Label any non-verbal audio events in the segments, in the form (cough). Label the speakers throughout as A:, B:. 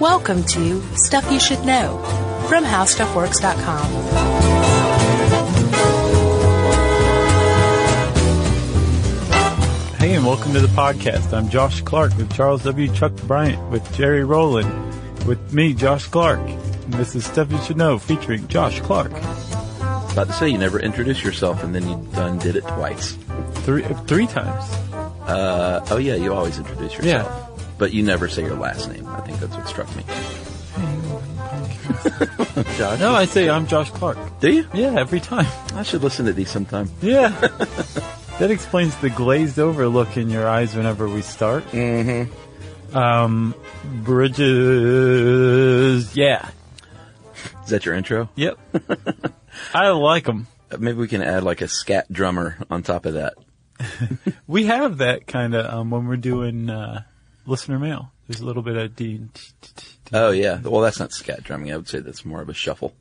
A: Welcome to Stuff You Should Know from HowStuffWorks.com.
B: Hey, and welcome to the podcast. I'm Josh Clark with Charles W. Chuck Bryant, with Jerry Rowland, with me, Josh Clark. And this is Stuff You Should Know featuring Josh Clark.
C: About to say you never introduce yourself, and then you done did it twice.
B: Three, three times.
C: Uh, oh yeah, you always introduce
B: Yeah.
C: yourself, but you never say your last name. I think that's what struck me.
B: (laughs)
C: Josh,
B: No, I say I'm Josh Clark.
C: do you?
B: Yeah, every time. (laughs)
C: I should listen to these sometime.
B: Yeah. that explains the glazed over look in your eyes whenever we start. Mm-hmm. Um, bridges. Yeah.
C: Is that your intro?
B: Yep. I like them.
C: Uh, Maybe we can add like a scat drummer on top of that.
B: We have that kind of um, when we're doing uh, listener mail. There's a little bit of D.
C: Oh yeah. Well, that's not scat drumming. I would say that's more of a shuffle.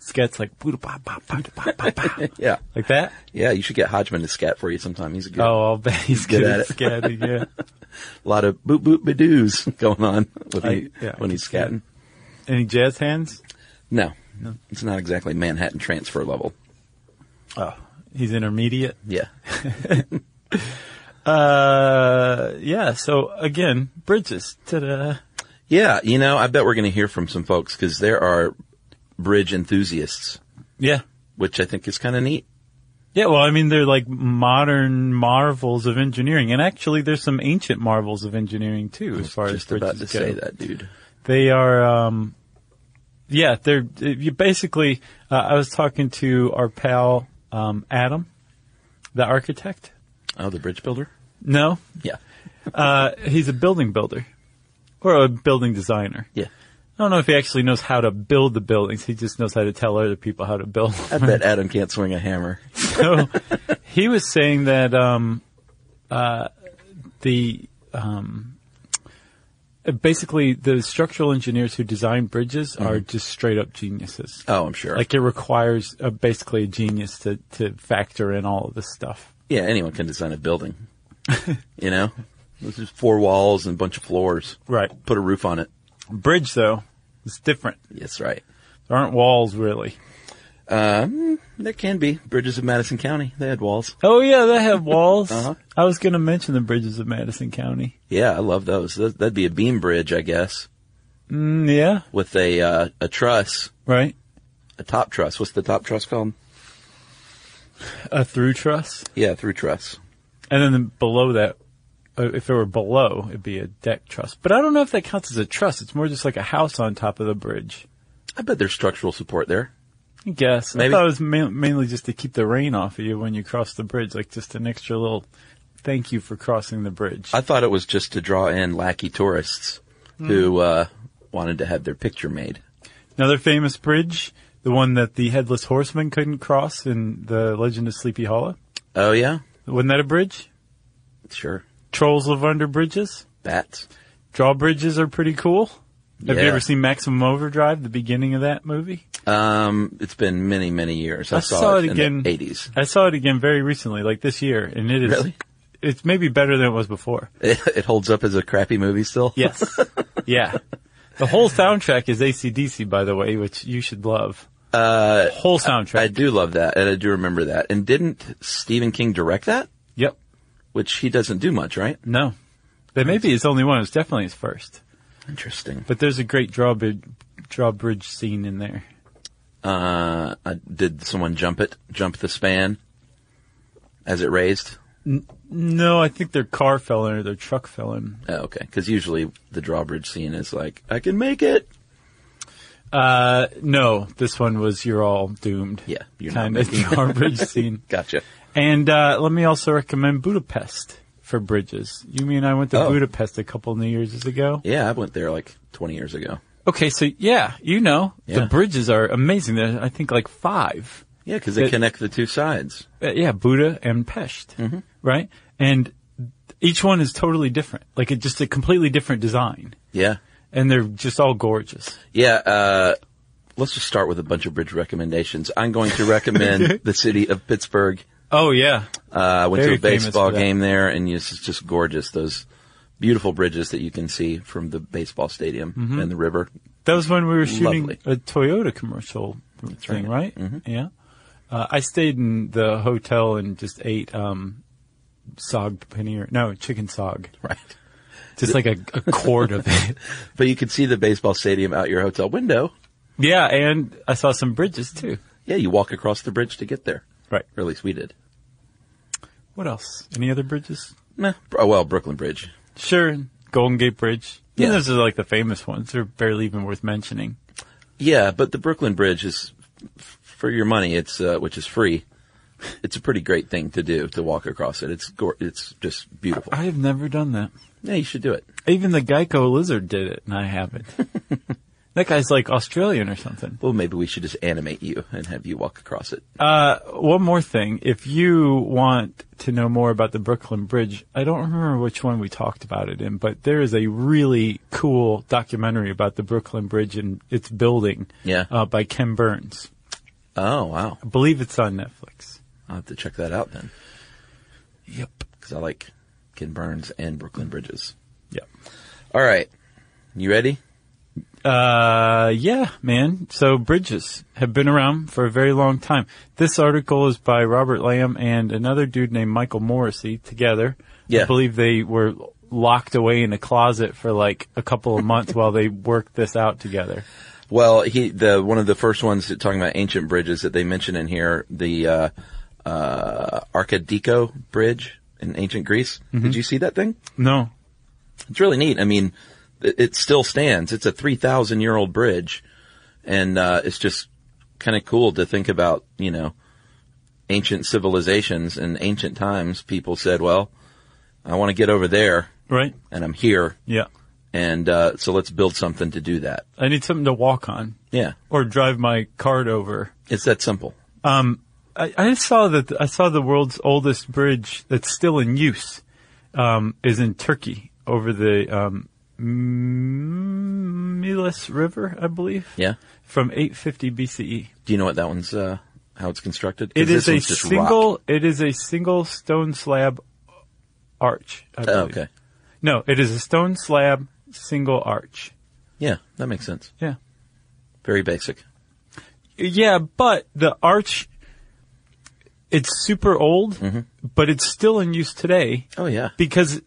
B: Skets like boo da ba ba ba da ba ba ba.
C: (laughs) Yeah.
B: like that.
C: Yeah. You should get Hodgman to scat for you sometime. He's a good.
B: Oh, I'll bet he's
C: Good
B: good
C: at
B: at
C: it.
B: scatting. Yeah,
C: (laughs) A lot of boop boop badoos (laughs) going on when,
B: I-
C: he,
B: yeah, I can
C: when he's
B: see that.
C: scatting.
B: any jazz hands?
C: No, it's not exactly Manhattan transfer level.
B: Oh, he's intermediate.
C: Yeah.
B: Uh, yeah. So again, bridges. Ta-da.
C: Yeah, you know, I bet we're going to hear from some folks because there are bridge enthusiasts,
B: Yeah,
C: which I think is kind of neat.
B: yeah. Well, I mean, they're like modern marvels of engineering, and actually, there's some ancient marvels of engineering too, as far as
C: Just
B: bridges
C: about to
B: go.
C: say that, dude.
B: They are, um, yeah, they're you basically. Uh, I was talking to our pal um, Adam, the architect.
C: Oh, the bridge builder.
B: No,
C: Yeah,
B: uh, he's a building builder or a building designer.
C: yeah.
B: I don't know if he actually knows how to build the buildings. He just knows how to tell other people how to build. (laughs)
C: I bet Adam can't swing a hammer.
B: so he was saying that um, uh, the um, basically the structural engineers who design bridges are just straight up geniuses.
C: Oh, I'm sure.
B: Like it requires uh, basically a genius to, to factor in all of this stuff.
C: yeah, anyone can design a building.
B: (laughs)
C: you know, it's just four walls and a bunch of floors.
B: Right.
C: Put a roof on it.
B: Bridge though is different.
C: That's right.
B: There aren't walls really.
C: Um, there can be bridges of Madison County. They had walls.
B: Oh yeah, they have (laughs) walls.
C: Uh-huh.
B: I was going to mention the bridges of Madison County.
C: Yeah, I love those. Th- That'd be a beam bridge, I guess,
B: Mm, yeah,
C: with a uh, a truss,
B: right.
C: a top truss. What's the top truss called?
B: A through truss,
C: Yeah, through truss.
B: and then below that, uh, if it were below, it'd be a deck truss. But I don't know if that counts as a truss. It's more just like a house on top of the bridge.
C: I bet there's structural support there.
B: I guess.
C: Maybe.
B: I thought it was ma- mainly just to keep the rain off of you when you cross the bridge, like just an extra little thank you for crossing the bridge.
C: I thought it was just to draw in lackey tourists
B: Hmm.
C: who uh, wanted to have their picture made.
B: Another famous bridge, the one that the headless horseman couldn't cross in the Legend of Sleepy Hollow.
C: Oh yeah,
B: Wasn't that a bridge?
C: sure.
B: Trolls live under bridges.
C: Bats.
B: Drawbridges are pretty cool. Have
C: Yeah.
B: you ever seen Maximum Overdrive, the beginning of that movie?
C: Um, it's been many many years. I,
B: I saw it
C: in
B: again.
C: the 80s.
B: I saw it again very recently, like this year, and it is,
C: Really?
B: it's maybe better than it was before.
C: (laughs) It, it holds up as a crappy movie still.
B: Yes. (laughs) yeah. The whole soundtrack is ACDC, by the way, which you should love.
C: Uh,
B: Whole
C: I
B: soundtrack.
C: do love that, and I do remember that. And didn't Stephen King direct that?
B: yep.
C: Which he doesn't do much, right?
B: No. That may be his only one. It's definitely his first.
C: Interesting.
B: But there's a great drawbridge, drawbridge scene in there.
C: Uh, I, did someone jump it? Jump the span as it raised?
B: No, I think their car fell in or their truck fell in.
C: Oh, okay. Because usually the drawbridge scene is like, I can make it.
B: Uh, no, this one was you're all doomed.
C: Yeah, you're not
B: kind of (laughs)
C: making it.
B: drawbridge scene.
C: Gotcha.
B: And uh, let me also recommend Budapest for bridges. Yumi and I went to
C: Oh.
B: Budapest a couple New Year's ago.
C: Yeah, I went there like 20 years ago.
B: Okay, so yeah, you know
C: Yeah.
B: the bridges are amazing. There's I think like five.
C: Yeah, because they
B: It-
C: connect the two sides.
B: Uh, yeah, Buddha and Pest,
C: Mm-hmm.
B: right? And each one is totally different. Like it just a completely different design,
C: Yeah.
B: and they're just all gorgeous.
C: Yeah, uh, let's just start with a bunch of bridge recommendations. I'm going to
B: (laughs)
C: recommend the city of Pittsburgh.
B: Oh yeah,
C: Uh, I went
B: Very
C: to a
B: famous
C: baseball
B: for that.
C: game there and it's just gorgeous. Those beautiful bridges that you can see from the baseball stadium
B: Mm-hmm.
C: and the river. (laughs)
B: That was when we were shooting
C: Lovely.
B: a Toyota commercial thing, right?
C: right.
B: Yeah. Uh, I stayed in the hotel and just ate um, sog paneer. No, chicken sog.
C: Right.
B: Just like a, a quart of it. (laughs)
C: But you could see the baseball stadium out your hotel window.
B: Yeah, and I saw some bridges too.
C: Yeah, you walk across the bridge to get there.
B: Right.
C: Or at least we did.
B: What else? Any other bridges?
C: Meh. Oh, well, Brooklyn Bridge.
B: Sure, Golden Gate Bridge. Yeah,
C: Yeah.
B: those are like the famous ones. They're barely even worth mentioning.
C: Yeah, but the Brooklyn Bridge is, f- for your money, it's, uh, which is free. It's a pretty great thing to do to walk across it. It's, gor it's just beautiful.
B: I have never done that.
C: Yeah, you should do it.
B: Even the Geico lizard did it, and I haven't. that guy's like Australian or something.
C: Well, maybe we should just animate you and have you walk across it.
B: Uh, one more thing. If you want to know more about the Brooklyn Bridge, I don't remember which one we talked about it in, but there is a really cool documentary about the Brooklyn Bridge and its building.
C: Yeah.
B: Uh, by Ken Burns.
C: Oh, wow.
B: I believe it's on Netflix.
C: I'll have to check that out then.
B: Yep.
C: Cause I like Ken Burns and Brooklyn Bridges.
B: Yep.
C: All right. You ready?
B: Uh, yeah, man. So bridges have been around for a very long time. This article is by Robert Lamb and another dude named Michael Morrissey together. I
C: Yeah.
B: believe they were locked away in a closet for like a couple of months while they worked this out together.
C: Well, he the one of the first ones that, talking about ancient bridges that they mention in here, the uh, uh, Archidiko Bridge in ancient Greece. Did you see that thing?
B: No.
C: It's really neat. I mean, it, it still stands. It's a three thousand year old bridge, and uh, it's just kind of cool to think about. You know, ancient civilizations and ancient times. People said, "Well, I want to get over there,
B: Right?
C: and I'm here,
B: Yeah.
C: and uh, so let's build something to do that."
B: I need something to walk on
C: Yeah,
B: or drive my cart over.
C: it's that simple.
B: I, I saw that I saw the world's oldest bridge that's still in use um, is in Turkey over the um, M- Milas River, I believe,
C: Yeah.
B: from 850 BCE.
C: Do you know what that one's, uh, how it's constructed? 'Cause
B: E. It is
C: this
B: a
C: one's just rock.
B: single. It is a single stone slab arch. I
C: Oh,
B: believe.
C: okay.
B: No, it is a stone slab single arch.
C: Yeah, that makes sense.
B: Yeah.
C: Very basic.
B: Yeah, but the arch. It's super old,
C: Mm-hmm.
B: but it's still in use today.
C: Oh, yeah.
B: because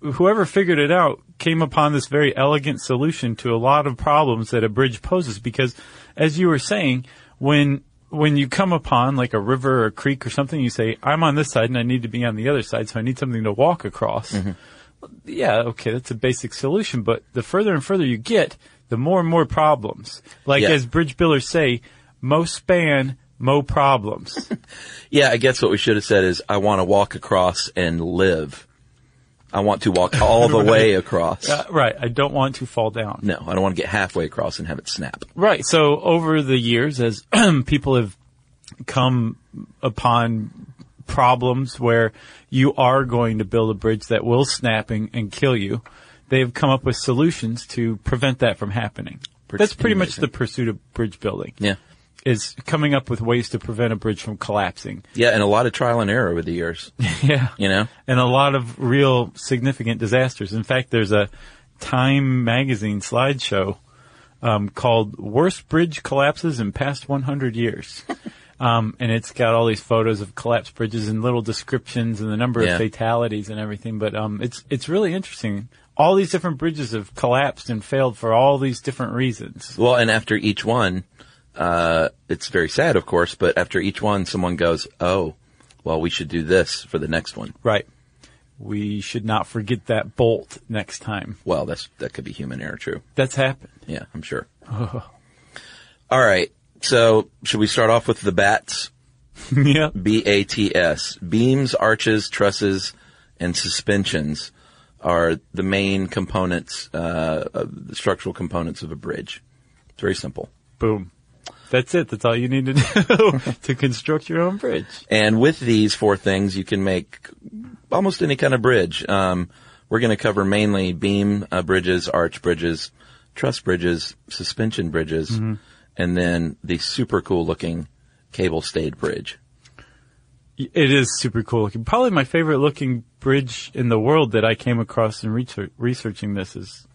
B: whoever figured it out came upon this very elegant solution to a lot of problems that a bridge poses because as you were saying when when you come upon like a river or a creek or something you say i'm on this side and i need to be on the other side so i need something to walk across yeah okay that's a basic solution but the further and further you get the more and more problems like
C: Yeah.
B: as bridge builders say mo span mo problems
C: Yeah, I guess what we should have said is, I want to walk across and live. I want
B: (laughs)
C: to walk all the way across.
B: Uh, right i don't want to fall down
C: No, I don't want to get halfway across and have it snap.
B: Right. So over the years, as (clears throat) people have come upon problems where you are going to build a bridge that will snap and, and kill you, they have come up with solutions to prevent that from happening.
C: Pretty
B: That's pretty much
C: amazing.
B: the pursuit of bridge building.
C: Yeah.
B: Is coming up with ways to prevent a bridge from collapsing.
C: Yeah, and a lot of trial and error over the years,
B: (laughs) Yeah.
C: you know?
B: and a lot of real significant disasters. In fact, there's a Time magazine slideshow um, called "Worst Bridge Collapses in Past 100 Years," um, and it's got all these photos of collapsed bridges and little descriptions and the number
C: Yeah.
B: of fatalities and everything. But um, it's it's really interesting. All these different bridges have collapsed and failed for all these different reasons.
C: Well, and after each one, uh, it's very sad, of course, but after each one, someone goes, oh, well, we should do this for the next one.
B: Right. We should not forget that bolt next time.
C: Well, that's, that could be human error, true.
B: That's happened. (laughs)
C: Yeah, I'm sure. All right. So should we start off with the bats?
B: yep.
C: B A T S. Beams, arches, trusses, and suspensions are the main components, uh, of the structural components of a bridge. It's very simple.
B: Boom. That's it. That's all you need to know (laughs) to construct your own bridge.
C: And with these four things, you can make almost any kind of bridge. Um, we're going to cover mainly beam uh, bridges, arch bridges, truss bridges, suspension bridges, and then the super cool looking cable stayed bridge.
B: It is super cool looking. Probably my favorite looking bridge in the world that I came across in research, researching this is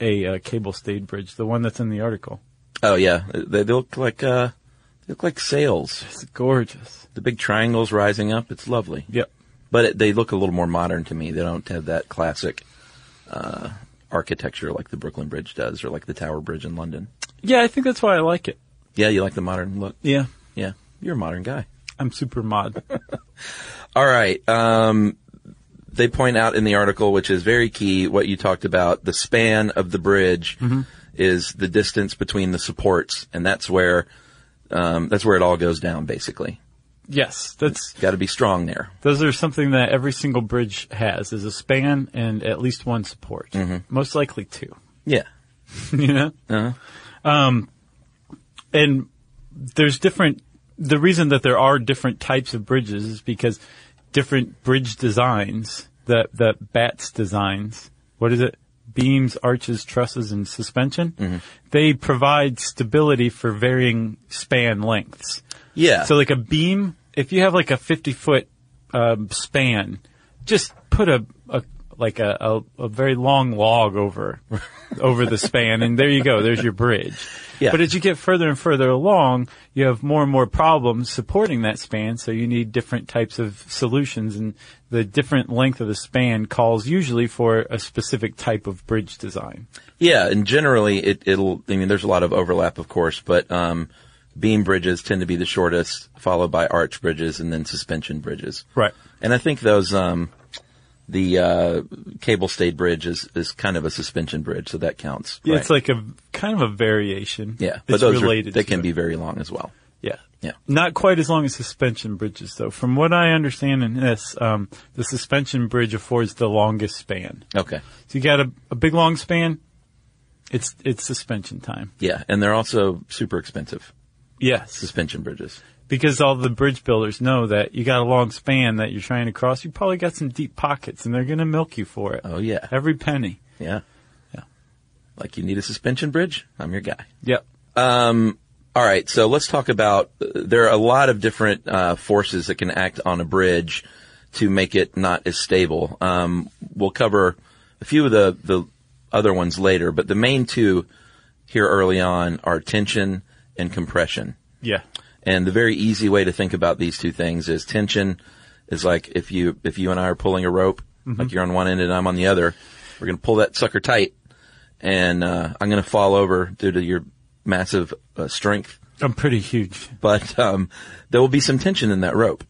B: a uh, cable stayed bridge, the one that's in the article.
C: Oh yeah, they, they look like uh, they look like sails.
B: It's gorgeous.
C: The big triangles rising up. It's lovely,
B: Yep.
C: but it, they look a little more modern to me. They don't have that classic uh, architecture like the Brooklyn Bridge does, or like the Tower Bridge in London.
B: Yeah, I think that's why I like it.
C: Yeah, you like the modern look.
B: Yeah.
C: Yeah, you're a modern guy.
B: I'm super mod. (laughs)
C: All right. Um, they point out in the article, which is very key, what you talked about. The span of the bridge is the distance between the supports, and that's where um, that's where it all goes down. Basically,
B: yes, that's
C: got to be strong there.
B: Those are something that every single bridge has is a span and at least one support. Most likely two.
C: Yeah.
B: (laughs) you know?
C: Uh-huh.
B: Um, and there's different, the reason that there are different types of bridges is because different bridge designs, that, that BATS designs, what is it? Beams, arches, trusses, and suspension. They provide stability for varying span lengths.
C: Yeah.
B: So like a beam, if you have like a 50 foot um, span, just put a, a like a, a, a very long log
C: (laughs)
B: over over the span, and there you go. There's your bridge.
C: Yeah.
B: But as you get further and further along, you have more and more problems supporting that span. So you need different types of solutions, and the different length of the span calls usually for a specific type of bridge design.
C: Yeah, and generally it, it'll, I mean, there's a lot of overlap, of course, but, um, beam bridges tend to be the shortest, followed by arch bridges and then suspension bridges.
B: Right.
C: And I think those, um, the, uh, cable stayed bridge is, is kind of a suspension bridge, so that counts.
B: Yeah,
C: right?
B: It's like a kind of a variation.
C: yeah,
B: It's
C: those
B: related.
C: are, they
B: to
C: can
B: it.
C: be very long as well.
B: Yeah.
C: Yeah.
B: Not quite as long as suspension bridges, though. From what I understand in this, um, the suspension bridge affords the longest span.
C: Okay.
B: So you got a, a big long span. It's it's suspension time.
C: Yeah, and they're also super expensive,
B: Yes,
C: suspension bridges.
B: because all the bridge builders know that you got a long span that you're trying to cross. You probably got some deep pockets, and they're going to milk you for it.
C: Oh yeah.
B: Every penny.
C: Yeah.
B: Yeah.
C: Like you need a suspension bridge? I'm your guy.
B: Yep.
C: All right, so let's talk about. There are a lot of different uh, forces that can act on a bridge to make it not as stable. Um, we'll cover a few of the the other ones later, but the main two here early on are tension and compression.
B: Yeah.
C: And the very easy way to think about these two things is tension is like if you if you and I are pulling a rope, like you're on one end and I'm on the other, we're gonna pull that sucker tight, and uh, I'm gonna fall over due to your massive uh, strength
B: I'm pretty huge.
C: but um, there will be some tension in that rope,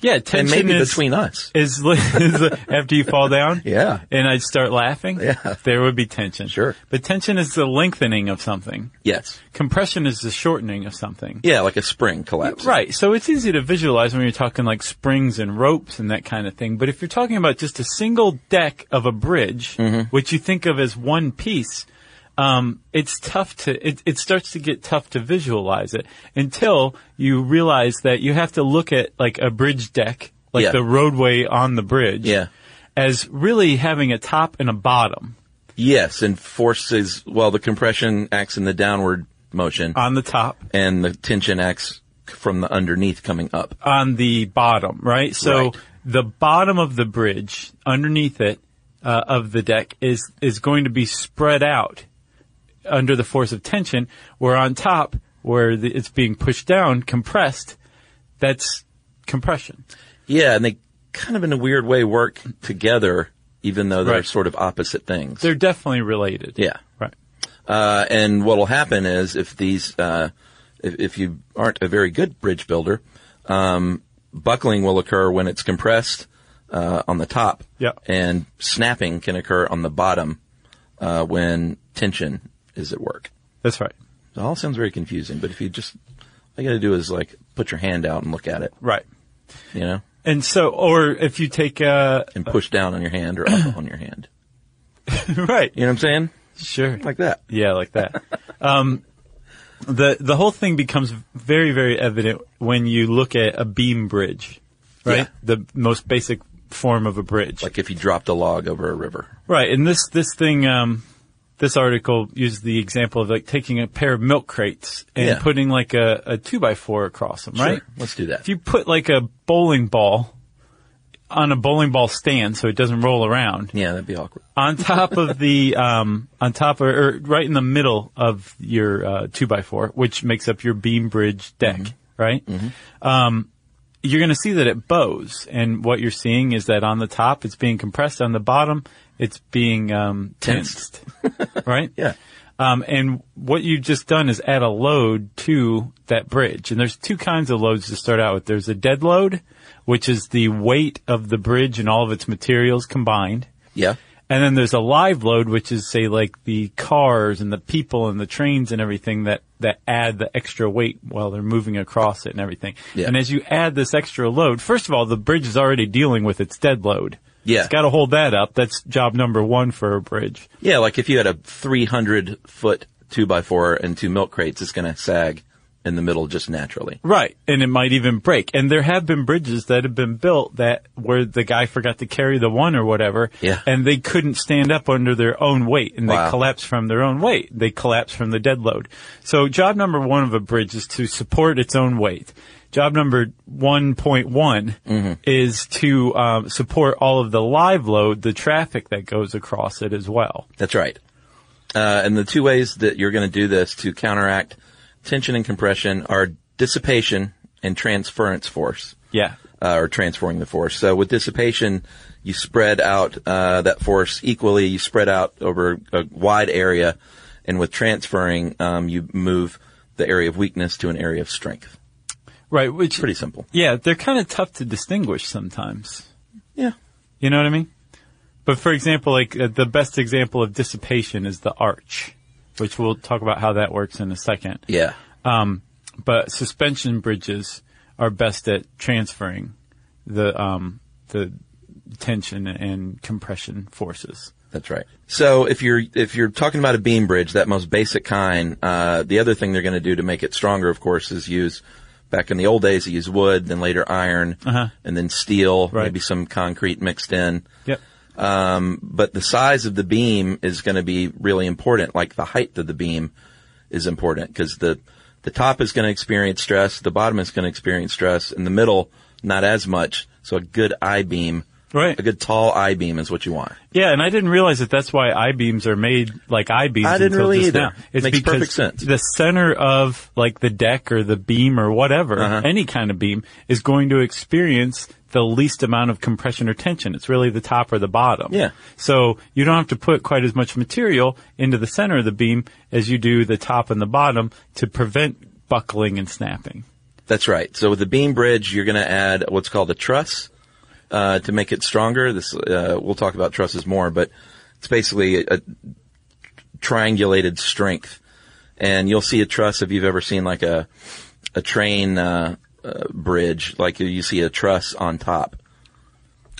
B: Yeah, tension
C: and maybe
B: is,
C: between us.
B: (laughs) is, li- is li- after you fall down.
C: Yeah.
B: And I'd start laughing.
C: Yeah.
B: There would be tension.
C: Sure.
B: But tension is the lengthening of something.
C: Yes,
B: Compression is the shortening of something.
C: yeah, like a spring collapse.
B: Right. So it's easy to visualize when you're talking like springs and ropes and that kind of thing. But if you're talking about just a single deck of a bridge,
C: Mm-hmm.
B: which you think of as one piece, um, it's tough to, it, it starts to get tough to visualize it until you realize that you have to look at like a bridge deck, like
C: Yeah.
B: the roadway on the bridge
C: Yeah.
B: as really having a top and a bottom
C: Yes, and forces. Well, the compression acts in the downward motion,
B: on the top,
C: and the tension acts from the underneath coming up.
B: on the bottom, right? So
C: Right.
B: the bottom of the bridge underneath it uh, of the deck is is going to be spread out under the force of tension. Where on top, where the, it's being pushed down, compressed, that's compression.
C: Yeah, and they kind of in a weird way work together, even though they're
B: Right.
C: sort of opposite things.
B: They're definitely related.
C: yeah.
B: Right.
C: Uh, and what will happen is if these, uh, if, if you aren't a very good bridge builder, um, buckling will occur when it's compressed uh, on the top,
B: Yeah.
C: and snapping can occur on the bottom uh, when tension is at work.
B: That's right.
C: It all sounds very confusing, but if you just all you got to do is like put your hand out and look at it,
B: Right.
C: you know,
B: And so, or if you take uh, a
C: and push down on your hand or up on your hand.
B: (laughs) right,
C: You know what I'm saying?
B: sure,
C: Like that.
B: Yeah, like that. um, the the whole thing becomes very very evident when you look at a beam bridge, right?
C: Yeah.
B: The most basic form of a bridge,
C: Like if you dropped a log over a river.
B: right? And this this thing um, this article used the example of like taking a pair of milk crates and
C: Yeah.
B: putting like a, a two by four across them, right?
C: Sure. Let's do that.
B: If you put like a bowling ball on a bowling ball stand so it doesn't roll around
C: yeah, that'd be awkward.
B: on top of the um on top of or right in the middle of your uh, two by four, which makes up your beam bridge deck, right? Um, you're going to see that it bows, and what you're seeing is that on the top it's being compressed, on the bottom it's being um,
C: Tensed.
B: tensed, right?
C: Yeah.
B: Um, and what you've just done is add a load to that bridge. And there's two kinds of loads to start out with. There's a dead load, which is the weight of the bridge and all of its materials combined.
C: Yeah.
B: And then there's a live load, which is say like the cars and the people and the trains and everything that, that add the extra weight while they're moving across it and everything.
C: Yeah.
B: And as you add this extra load, first of all, the bridge is already dealing with its dead load.
C: Yeah.
B: It's got to hold that up. That's job number one for a bridge.
C: Yeah, like if you had a 300 foot 2x4 and two milk crates, it's going to sag in the middle just naturally.
B: Right. And it might even break. And there have been bridges that have been built that where the guy forgot to carry the one or whatever.
C: Yeah.
B: And they couldn't stand up under their own weight and
C: Wow.
B: they collapsed from their own weight. They collapsed from the dead load. So job number one of a bridge is to support its own weight. Job number one
C: Mm-hmm.
B: is to um, support all of the live load, the traffic that goes across it as well.
C: That's right. Uh, and the two ways that you're going to do this to counteract tension and compression are dissipation and transference force,
B: Yeah.
C: uh, or transferring the force. So with dissipation, you spread out uh, that force equally. You spread out over a wide area, and with transferring, um, you move the area of weakness to an area of strength.
B: Right. Which
C: Pretty simple.
B: Yeah, they're kind of tough to distinguish sometimes.
C: Yeah.
B: You know what I mean? But for example, like uh, the best example of dissipation is the arch, which we'll talk about how that works in a second.
C: Yeah.
B: Um, but suspension bridges are best at transferring the um, the tension and compression forces.
C: That's right. So if you're if you're talking about a beam bridge, that most basic kind, uh, the other thing they're going to do to make it stronger, of course, is use back in the old days, they used wood, then later iron,
B: Uh-huh.
C: and then steel,
B: Right.
C: maybe some concrete mixed in.
B: Yep.
C: Um, but the size of the beam is going to be really important. Like the height of the beam is important because the the top is going to experience stress, the bottom is going to experience stress, and the middle not as much. So a good I beam,
B: Right.
C: a good tall I beam is what you want.
B: Yeah, and I didn't realize that that's why I beams are made like I beams.
C: I didn't
B: until
C: really
B: just
C: either.
B: Now. It's
C: Makes
B: because
C: perfect sense.
B: the center of like the deck or the beam or whatever,
C: Uh-huh.
B: any kind of beam, is going to experience the least amount of compression or tension. It's really the top or the bottom.
C: Yeah.
B: So you don't have to put quite as much material into the center of the beam as you do the top and the bottom to prevent buckling and snapping.
C: That's right. So with the beam bridge, you're going to add what's called a truss uh, to make it stronger. This uh, we'll talk about trusses more, but it's basically a, a triangulated strength. And you'll see a truss if you've ever seen like a a train uh, uh, bridge, like you see a truss on top.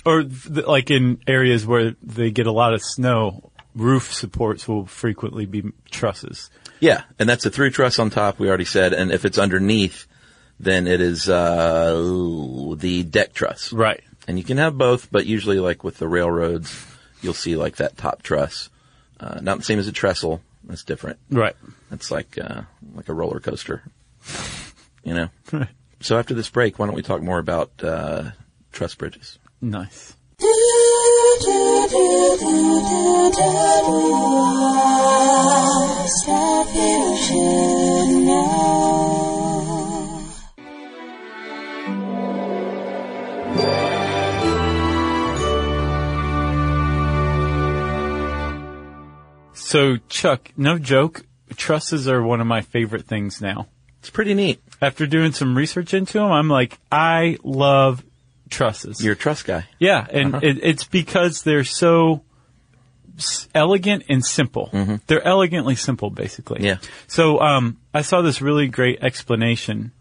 B: Or th- like in areas where they get a lot of snow, roof supports will frequently be trusses.
C: Yeah, and that's a through truss on top. We already said, and if it's underneath, then it is uh, the deck truss.
B: Right.
C: and you can have both, but usually like with the railroads, you'll see like that top truss. Uh, not the same as a trestle. That's different.
B: Right.
C: That's like, uh, like a roller coaster. (laughs) You know? So after this break, why don't we talk more about, uh, truss bridges?
B: nice.
D: Stuff you should know.
B: So, Chuck, no joke, trusses are one of my favorite things now.
C: It's pretty neat.
B: After doing some research into them, I'm like, I love trusses.
C: You're a truss guy.
B: yeah, and it, it's because they're so s- elegant and simple. They're elegantly simple, basically.
C: Yeah.
B: So, um, I saw this really great explanation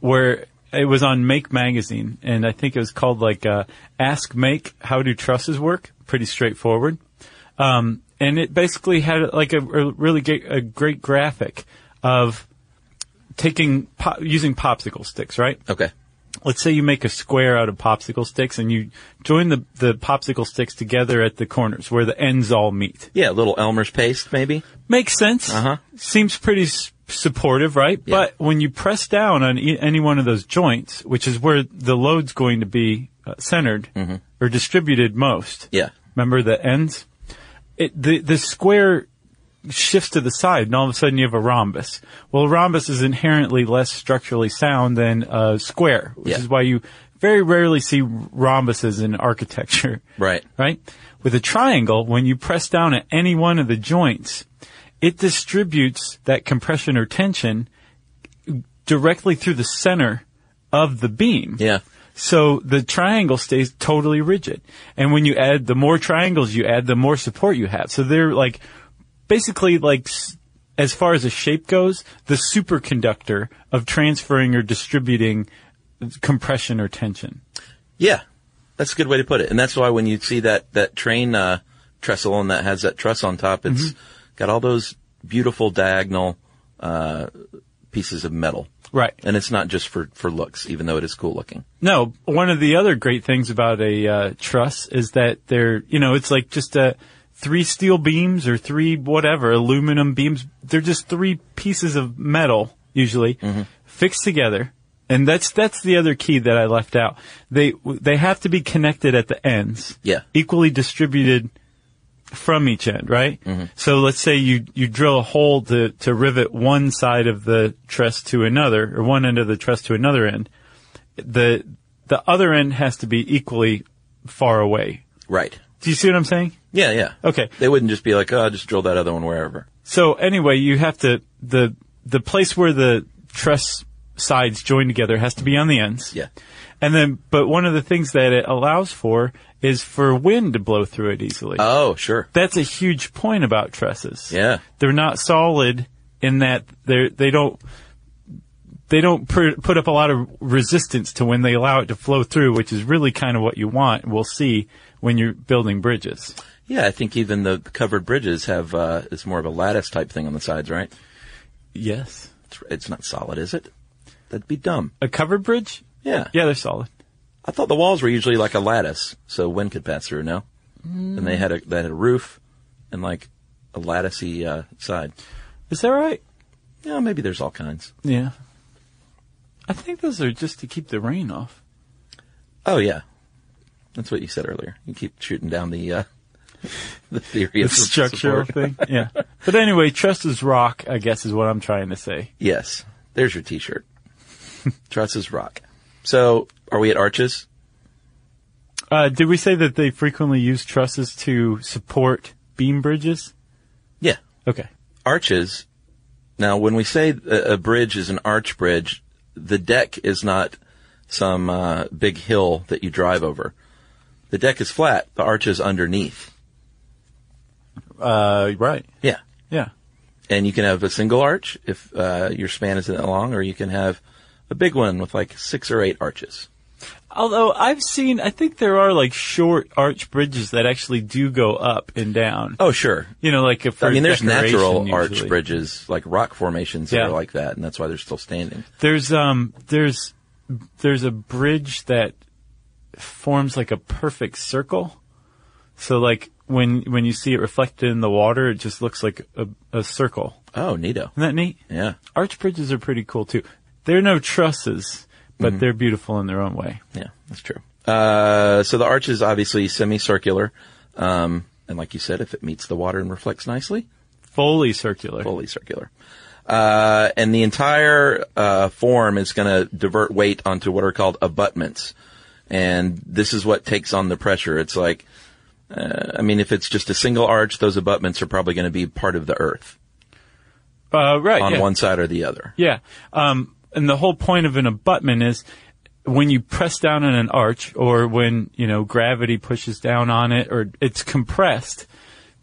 B: where it was on Make Magazine, and I think it was called like uh, "Ask Make How Do Trusses Work." Pretty straightforward, um, and it basically had like a, a really ga- a great graphic of taking po- using popsicle sticks, right?
C: Okay.
B: let's say you make a square out of popsicle sticks and you join the, the popsicle sticks together at the corners where the ends all meet.
C: Yeah, a little Elmer's paste, maybe.
B: Makes sense.
C: Uh-huh.
B: Seems pretty s- supportive, right?
C: Yeah.
B: But when you press down on e- any one of those joints, which is where the load's going to be uh, centered or distributed most.
C: Mm-hmm. Yeah.
B: Remember the ends? It, the, the square shifts to the side and all of a sudden you have a rhombus. Well, a rhombus is inherently less structurally sound than a square, which
C: Yeah.
B: is why you very rarely see rhombuses in architecture. (laughs)
C: Right.
B: Right? With a triangle, when you press down at any one of the joints, it distributes that compression or tension directly through the center of the beam.
C: Yeah.
B: So the triangle stays totally rigid. And when you add, the more triangles you add, the more support you have. So they're like, basically like, s- as far as a shape goes, the superconductor of transferring or distributing uh, compression or tension.
C: Yeah. That's a good way to put it. And that's why when you see that, that train, uh, trestle and that has that truss on top, it's got all those beautiful diagonal, uh, pieces of metal.
B: Right.
C: And it's not just for, for looks, even though it is cool looking.
B: No, one of the other great things about a uh, truss is that they're, you know, it's like just uh three steel beams or three whatever aluminum beams. They're just three pieces of metal usually fixed together, and that's that's the other key that I left out. They they have to be connected at the ends,
C: Yeah.
B: equally distributed from each end, right? So let's say you, you drill a hole to, to rivet one side of the truss to another, or one end of the truss to another end. The, the other end has to be equally far away.
C: Right.
B: Do you see what I'm saying?
C: Yeah. Yeah.
B: Okay.
C: They wouldn't just be like, oh, just drill that other one wherever.
B: So anyway, you have to, the, the place where the truss sides join together has to be on the ends.
C: Yeah.
B: And then, but one of the things that it allows for is for wind to blow through it easily.
C: Oh, sure.
B: that's a huge point about trusses.
C: Yeah.
B: They're not solid in that they they don't they don't pr- put up a lot of resistance to when they allow it to flow through, which is really kind of what you want. We'll see when you're building bridges.
C: Yeah. I think even the covered bridges have, uh, it's more of a lattice type thing on the sides, right?
B: Yes.
C: It's, it's not solid, is it? That'd be dumb.
B: A covered bridge?
C: Yeah.
B: Yeah, they're solid.
C: I thought the walls were usually like a lattice, so wind could pass through. No, and they had a they had a roof and like a latticey uh, side.
B: Is that right?
C: Yeah, maybe there's all kinds.
B: Yeah. I think those are just to keep the rain off.
C: Oh yeah, that's what you said earlier. You keep shooting down the uh, (laughs) the theory of
B: It's a structural
C: support.
B: (laughs) thing. Yeah. But anyway, trust is rock, I guess is what I'm trying to say.
C: Yes, there's your T-shirt. (laughs) Trusses rock. So are we at arches?
B: Uh, did we say that they frequently use trusses to support beam bridges?
C: Yeah,
B: Okay.
C: arches. Now, when we say a, a bridge is an arch bridge, the deck is not some uh, big hill that you drive over. The deck is flat. The arch is underneath.
B: Uh, right.
C: Yeah,
B: Yeah.
C: and you can have a single arch if uh, your span isn't that long, or you can have a big one with like six or eight arches.
B: Although I've seen, I think there are like short arch bridges that actually do go up and down.
C: Oh, sure.
B: You know, like a for
C: I mean, there's
B: decoration
C: natural arch
B: usually.
C: bridges, like rock formations that
B: Yeah.
C: are like that, and that's why they're still standing.
B: There's um, there's there's a bridge that forms like a perfect circle. So like when when you see it reflected in the water, it just looks like a, a circle.
C: Oh, neato.
B: Isn't that neat?
C: Yeah.
B: Arch bridges are pretty cool too. They're no trusses, but
C: Mm-hmm.
B: they're beautiful in their own way.
C: Yeah, that's true. Uh, so the arch is obviously semicircular. Um, and like you said, if it meets the water and reflects nicely,
B: Fully circular.
C: fully circular. Uh, and the entire, uh, form is going to divert weight onto what are called abutments. And this is what takes on the pressure. It's like, uh, I mean, if it's just a single arch, those abutments are probably going to be part of the earth
B: Uh, right.
C: on
B: yeah.
C: one side or the other.
B: Yeah. Um, and the whole point of an abutment is when you press down on an arch or when, you know, gravity pushes down on it or it's compressed,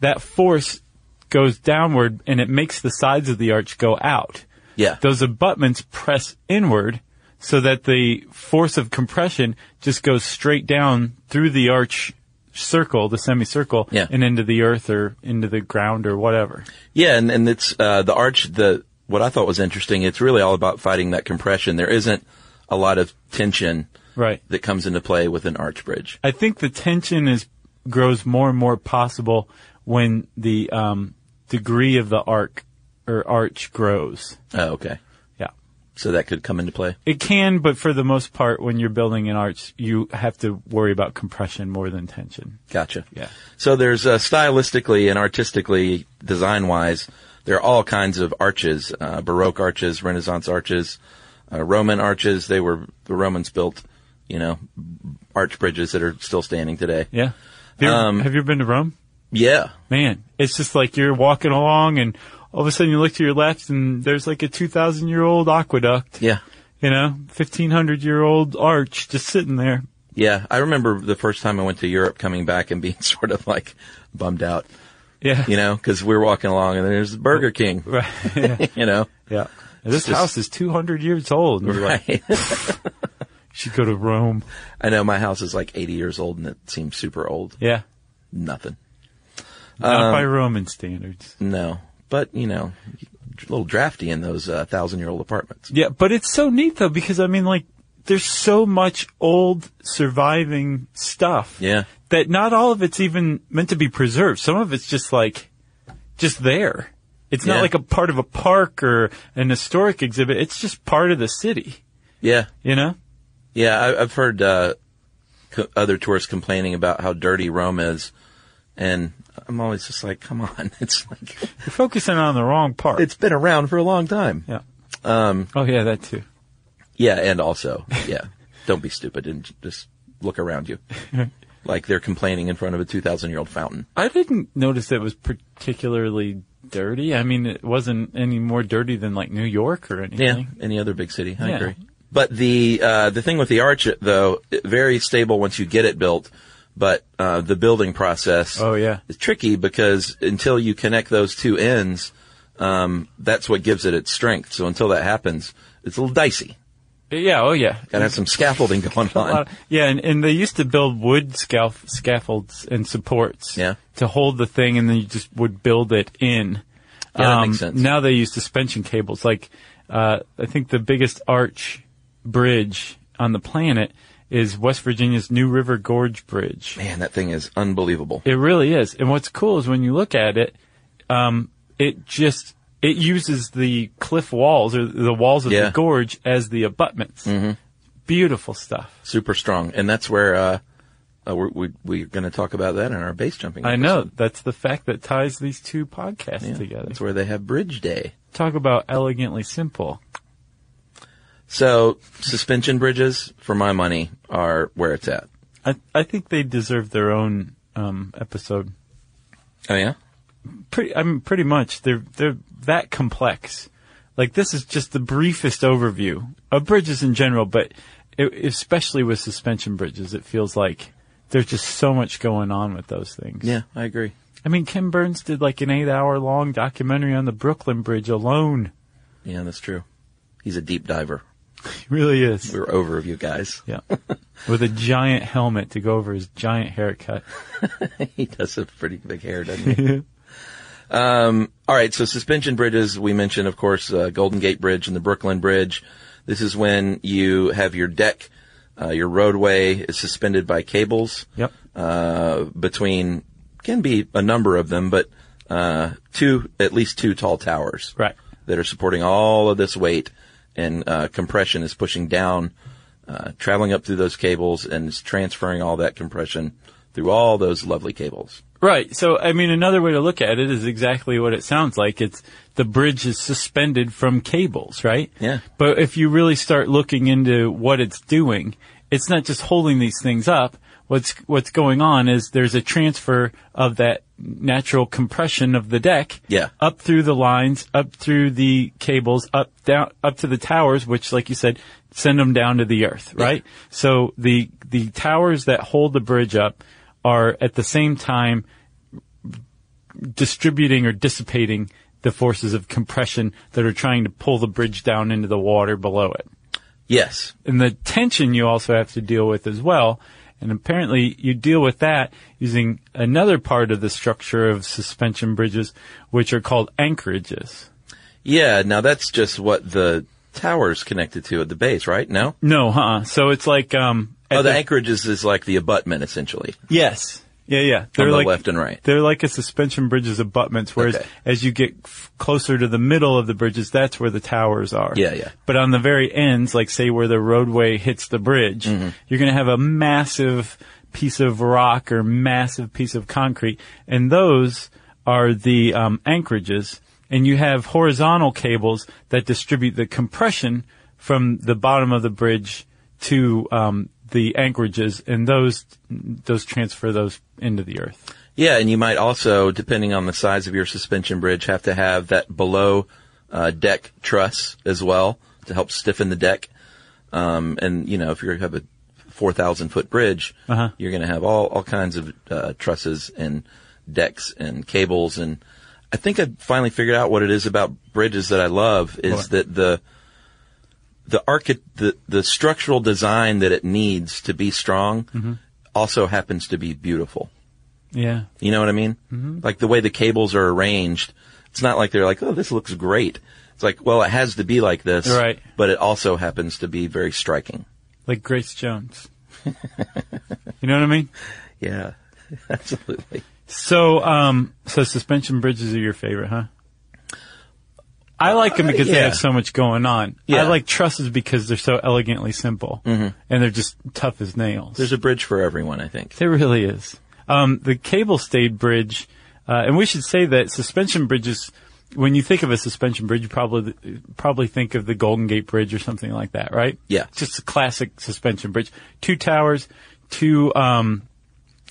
B: that force goes downward and it makes the sides of the arch go out.
C: Yeah.
B: Those abutments press inward so that the force of compression just goes straight down through the arch circle, the semicircle,
C: Yeah.
B: and into the earth or into the ground or whatever.
C: Yeah, and, and it's uh, the arch. The what I thought was interesting. It's really all about fighting that compression. There isn't a lot of tension
B: Right.
C: that comes into play with an arch bridge.
B: I think the tension is grows more and more possible when the um, degree of the arc or arch grows.
C: Oh, okay.
B: Yeah.
C: So that could come into play.
B: It can, but for the most part, when you're building an arch, you have to worry about compression more than tension.
C: Gotcha.
B: Yeah.
C: So there's uh, stylistically and artistically, design wise, there are all kinds of arches, uh, Baroque arches, Renaissance arches, uh, Roman arches. They were, the Romans built, you know, arch bridges that are still standing today.
B: Yeah. Have you, ever-
C: Um,
B: have you ever been to Rome?
C: Yeah.
B: Man, it's just like you're walking along and all of a sudden you look to your left and there's like a 2,000 year old aqueduct,
C: Yeah.
B: you know, 1,500 year old arch just sitting there.
C: Yeah. I remember the first time I went to Europe coming back and being (laughs) sort of like bummed out,
B: Yeah.
C: you know, cause we were walking along and there's Burger King,
B: (laughs) Right. yeah.
C: you know.
B: Yeah. This
C: It's just-
B: house is 200 years old. And you're like,
C: (laughs) Right.
B: you should go to Rome.
C: I know my house is like 80 years old and it seems super old.
B: Yeah. Um,
C: Nothing.
B: Not by Roman standards.
C: No, but you know, a little drafty in those uh, thousand-year-old apartments.
B: Yeah, but it's so neat though because I mean like there's so much old surviving stuff.
C: Yeah.
B: That not all of it's even meant to be preserved. Some of it's just like just there. It's not
C: Yeah.
B: like a part of a park or an historic exhibit. It's just part of the city,
C: Yeah,
B: you know?
C: yeah. I, I've heard uh, co- other tourists complaining about how dirty Rome is, and I'm always just like, come on, (laughs) it's like
B: You're focusing on the wrong part.
C: it's been around for a long time.
B: yeah.
C: Um,
B: Oh yeah, that too.
C: yeah, and also, yeah, don't be stupid and j- just look
B: (laughs)
C: around you. Like they're complaining in front of a 2,000-year-old fountain.
B: I didn't notice it was particularly dirty. I mean, it wasn't any more dirty than like New York or
C: Yeah,
B: anything.
C: any other big city. I
B: Yeah.
C: agree. But the uh, the thing with the arch, though, it- very stable once you get it built. But uh, the building process
B: Oh yeah.
C: is tricky because until you connect those two ends, um, that's what gives it its strength. So until that happens, it's a little dicey.
B: Yeah, oh yeah.
C: Got to have some scaffolding (laughs) going
B: A lot
C: on.
B: of- yeah, and, and they used to build wood scalf- scaffolds and supports
C: Yeah.
B: to hold the thing, and then you just would build it in. Um,
C: Yeah, that makes sense.
B: Now they use suspension cables. Like, uh, I think the biggest arch bridge on the planet is West Virginia's New River Gorge Bridge.
C: Man, that thing is unbelievable.
B: It really is. And what's cool is when you look at it, um, it just it uses the cliff walls or the walls of
C: Yeah. Mm-hmm.
B: the gorge as the abutments. Beautiful stuff.
C: Super strong, and that's where uh, uh, we're, we, we're going to talk about that in our base jumping.
B: I
C: episode.
B: know. That's the fact that ties these two podcasts
C: Yeah,
B: together.
C: That's where they have Bridge Day.
B: Talk about elegantly simple.
C: So suspension bridges, for my money, are where it's at.
B: I, I think they deserve their own um, episode.
C: Oh yeah,
B: Pretty, I mean, pretty much they're they're that complex. Like this is just the briefest overview of bridges in general, but it, especially with suspension bridges, it feels like there's just so much going on with those things.
C: yeah, I agree.
B: I mean, Kim Burns did like an eight-hour-long documentary on the Brooklyn Bridge alone.
C: Yeah, that's true. He's a deep diver.
B: He really is.
C: We're over of you guys. (laughs)
B: Yeah. (laughs) With a giant helmet to go over his giant haircut.
C: he does have pretty big hair, doesn't he? um, all right. So suspension bridges, we mentioned, of course, uh, Golden Gate Bridge and the Brooklyn Bridge. This is when you have your deck, uh, your roadway is suspended by cables.
B: Yep.
C: Uh, between can be a number of them, but uh, two, at least two tall towers.
B: Right.
C: that are supporting all of this weight and uh, compression is pushing down, uh, traveling up through those cables and is transferring all that compression through all those lovely cables.
B: Right. So, I mean, another way to look at it is exactly what it sounds like. It's the bridge is suspended from cables, right?
C: Yeah.
B: But if you really start looking into what it's doing, it's not just holding these things up. What's, what's going on is there's a transfer of that natural compression of the deck.
C: Yeah.
B: Up through the lines, up through the cables, up down, up to the towers, which like you said, send them down to the earth, right? So the, the towers that hold the bridge up are at the same time distributing or dissipating the forces of compression that are trying to pull the bridge down into the water below it.
C: Yes.
B: And the tension you also have to deal with as well. And apparently you deal with that using another part of the structure of suspension bridges, which are called anchorages.
C: Yeah. Now that's just what the towers connected to at the base, right? No?
B: No, huh? So it's like um. at
C: Oh, the
B: the-
C: anchorage is, is like the abutment, essentially.
B: Yes. Yeah, yeah.
C: On
B: They're
C: the
B: like
C: left and right.
B: They're like a suspension bridge's abutments, whereas
C: Okay.
B: as you get f- closer to the middle of the bridges, that's where the towers are.
C: Yeah, yeah.
B: But on the very ends, like say where the roadway hits the bridge,
C: Mm-hmm.
B: you're going to have a massive piece of rock or massive piece of concrete, and those are the um, anchorages. And you have horizontal cables that distribute the compression from the bottom of the bridge to um, the anchorages, and those those transfer those into the earth.
C: Yeah, and you might also, depending on the size of your suspension bridge, have to have that below uh, deck truss as well to help stiffen the deck. Um, and you know, if you have a four thousand foot bridge,
B: Uh-huh.
C: you're going to have all all kinds of uh, trusses and decks and cables. And I think I finally figured out what it is about bridges that I love is
B: What?
C: that the the archi- the the structural design that it needs to be strong
B: Mm-hmm.
C: also happens to be beautiful.
B: Yeah.
C: You know what I mean? Like the way the cables are arranged, it's not like they're like, oh, this looks great. It's like, well, it has to be like this.
B: Right.
C: But it also happens to be very striking.
B: Like Grace Jones. you know what I mean?
C: Yeah. (laughs) Absolutely.
B: So, um, so suspension bridges are your favorite, huh? I like them because they
C: yeah.
B: have so much going on.
C: Yeah. Mm-hmm.
B: I like trusses because they're so elegantly simple and they're just tough as nails.
C: There's a bridge for everyone, I think.
B: There really is. Um, the cable stayed bridge, uh, and we should say that suspension bridges. When you think of a suspension bridge, you probably probably think of the Golden Gate Bridge or something like that, right?
C: Yeah.
B: just a classic suspension bridge. Two towers, two um,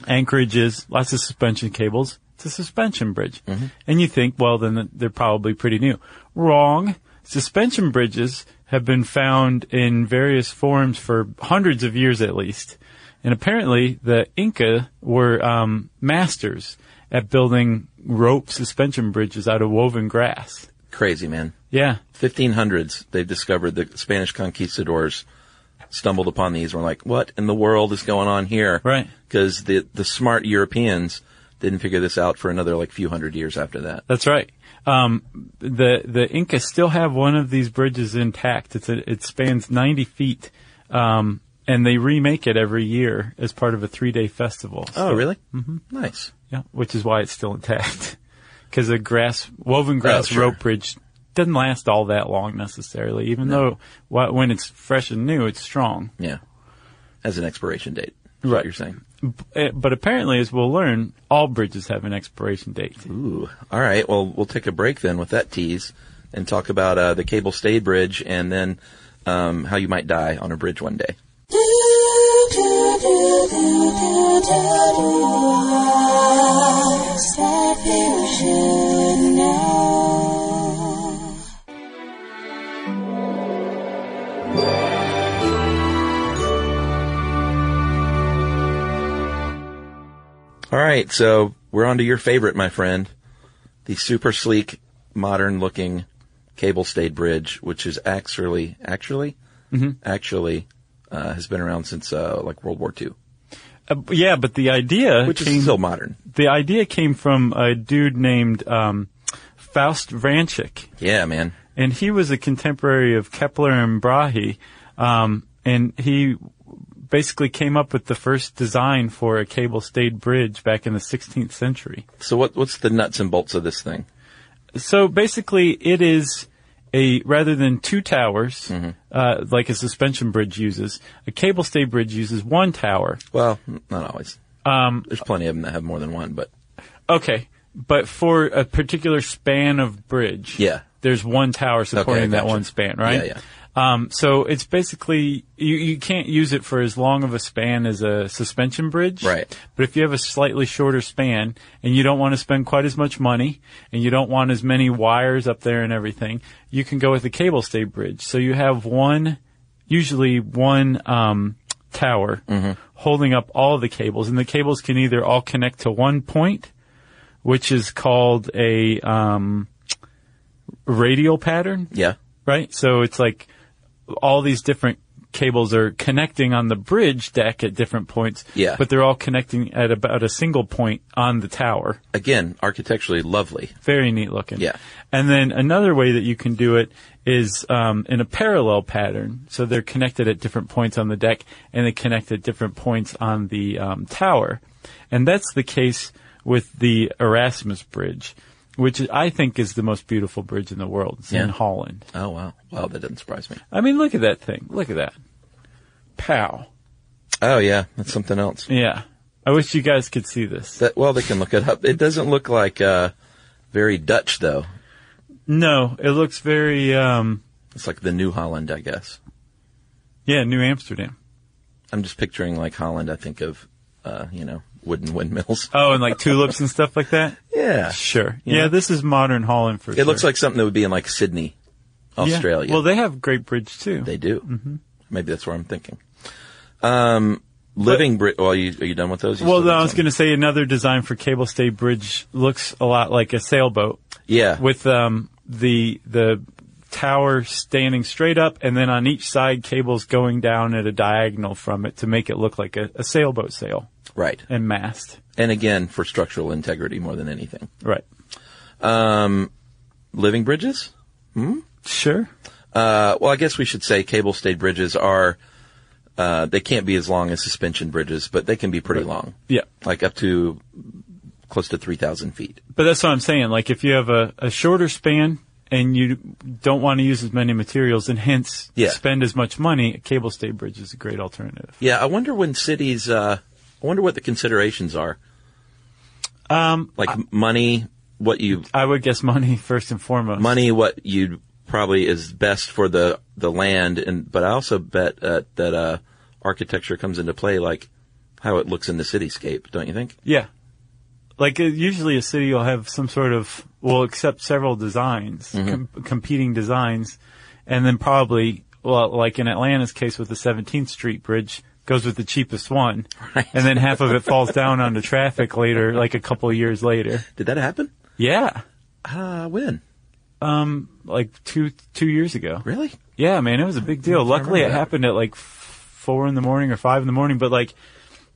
B: anchorages, lots of suspension cables. It's a suspension bridge. And you think, well, then they're probably pretty new. Wrong. Suspension bridges have been found in various forms for hundreds of years at least. And apparently the Inca were um, masters at building rope suspension bridges out of woven grass.
C: Crazy, man.
B: Yeah.
C: 1500s, they've discovered the Spanish conquistadors stumbled upon these and were like, what in the world is going on here?
B: Right.
C: Because the, the smart Europeans didn't figure this out for another like few hundred years after that.
B: That's right. Um, the the Inca still have one of these bridges intact. It's a, it spans 90 feet, um, and they remake it every year as part of a three day festival.
C: Oh, really? Mm-hmm. Nice.
B: Yeah, which is why it's still intact. (laughs) Because a grass woven grass
C: Oh, sure.
B: rope bridge doesn't last all that long necessarily, even though wh- when it's fresh and new, it's strong.
C: Yeah. As an expiration date. is
B: Right.
C: What you're saying.
B: Uh, But apparently, as we'll learn, all bridges have an expiration date.
C: Ooh. All right. Well, we'll take a break then with that tease and talk about uh, the cable stay bridge and then um, how you might die on a bridge one day.
D: Stuff you should know.
C: All right. So we're on to your favorite, my friend, the super sleek, modern looking cable stayed bridge, which is actually, actually,
B: Mm-hmm.
C: actually, uh, has been around since uh, like World War II,
B: Uh, b- yeah, but the idea
C: which
B: came-
C: is still modern.
B: the idea came from a dude named um, Faust Vranchik,
C: Yeah, man.
B: and he was a contemporary of Kepler and Brahe, um, and he basically came up with the first design for a cable-stayed bridge back in the 16th century.
C: So what, what's the nuts and bolts of this thing?
B: So basically, it is a rather than two towers, uh, like a suspension bridge uses, a cable-stayed bridge uses one tower.
C: Well, n- not always. Um, There's plenty of them that have more than one, but
B: Okay, but for a particular span of bridge,
C: Yeah.
B: there's one tower supporting that
C: gotcha.
B: one span, right?
C: Yeah,
B: Um, so it's basically you, you can't use it for as long of a span as a suspension bridge,
C: Right.
B: But if you have a slightly shorter span and you don't want to spend quite as much money and you don't want as many wires up there and everything, you can go with a cable stay bridge. So you have one, usually one um, tower holding up all the cables, and the cables can either all connect to one point, which is called a um, radial pattern
C: yeah.
B: right? So it's like all these different cables are connecting on the bridge deck at different points.
C: Yeah.
B: But they're all connecting at about a single point on the tower.
C: Again, architecturally lovely.
B: Very neat looking.
C: Yeah.
B: And then another way that you can do it is um, in a parallel pattern. So they're connected at different points on the deck and they connect at different points on the um, tower. And that's the case with the Erasmus Bridge, which I think is the most beautiful bridge in the world. It's in
C: Yeah.
B: Holland.
C: Oh wow, wow, that didn't surprise me.
B: I mean, look at that thing. Look at that. Pow.
C: Oh yeah, that's something else.
B: Yeah. I wish you guys could see this.
C: That well, they can look it up. It doesn't look like uh, very Dutch though.
B: No, it looks very, um,
C: It's like the New Holland, I guess.
B: yeah, New Amsterdam.
C: I'm just picturing like Holland. I think of uh, you know wooden windmills.
B: Oh, and like tulips and stuff like that? (laughs)
C: Yeah,
B: Sure.
C: Yeah.
B: (laughs) Yeah, this is modern Holland for
C: it looks like something that would be in like Sydney, Australia.
B: Well, they have Great Bridge too.
C: They do. Mm-hmm. Maybe that's where I'm thinking. Um, living Brit. Well, you, are you done with those? You
B: well,
C: still
B: no,
C: got
B: I was
C: something?
B: going to say another design for Cable Stay Bridge looks a lot like a sailboat
C: Yeah.
B: with um, the the tower standing straight up, and then on each side cables going down at a diagonal from it to make it look like a, a sailboat sail
C: right.
B: and mast.
C: And again, for structural integrity more than anything.
B: Right.
C: Living bridges.
B: Sure.
C: Uh, well, I guess we should say cable stayed bridges are. Uh, they can't be as long as suspension bridges, but they can be pretty long,
B: Yeah.
C: like up to close to three thousand feet.
B: But that's what I'm saying. Like, if you have a, a shorter span and you don't want to use as many materials and hence
C: Yeah.
B: spend as much money, a cable stay bridge is a great alternative.
C: Yeah, I wonder when cities. Uh, I wonder what the considerations are. Um, like money, what you
B: I would guess money (laughs) first and foremost.
C: money, what you probably is best for the the land, and but I also bet uh, that uh, architecture comes into play, like how it looks in the cityscape. Don't you think?
B: Yeah. Like, uh, usually a city will have some sort of, will accept several designs,
C: Mm-hmm.
B: com- competing designs, and then probably, well, like in Atlanta's case with the 17th Street Bridge, goes with the cheapest one.
C: Right.
B: And then half of it
C: (laughs)
B: falls down onto traffic later, like a couple of years later.
C: Did that happen?
B: Yeah.
C: Uh, when?
B: like two two years ago.
C: Really?
B: Yeah, man, it was a big deal. Luckily, it
C: remember that.
B: happened at like f- four in the morning or five in the morning. But like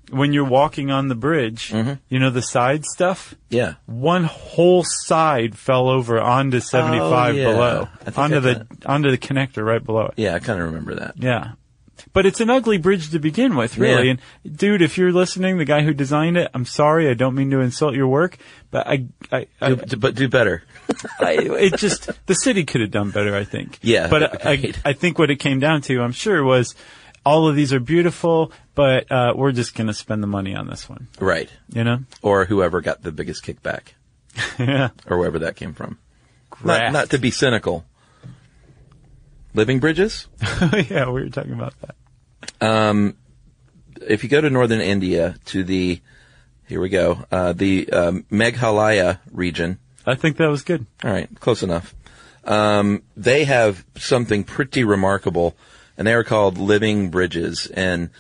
B: when you're walking on the bridge,
C: Mm-hmm.
B: you know the side stuff.
C: Yeah.
B: One whole side fell over onto 75
C: Oh, yeah.
B: below,
C: I think I
B: onto the onto the connector right below it.
C: Yeah, I kind of remember that.
B: Yeah. But it's an ugly bridge to begin with, really.
C: Yeah.
B: And dude, if you're listening, the guy who designed it, I'm sorry, I don't mean to insult your work, but I, I, I
C: Do- but do better.
B: I, (laughs) it just the city could have done better, I think.
C: Yeah,
B: but I,
C: agreed.
B: I think what it came down to, I'm sure, was all of these are beautiful, but uh, we're just going to spend the money on this one.
C: Right.
B: You know, (laughs)
C: Or whoever got the biggest kickback,
B: yeah,
C: or wherever that came from. Not,
B: Graft.
C: not to be cynical. Living bridges?
B: (laughs) yeah, we were talking about that.
C: If you go to northern India to the, here we go, uh, the um, Meghalaya region,
B: I think that was good.
C: All right, close enough. Um, they have something pretty remarkable, and they are called living bridges. And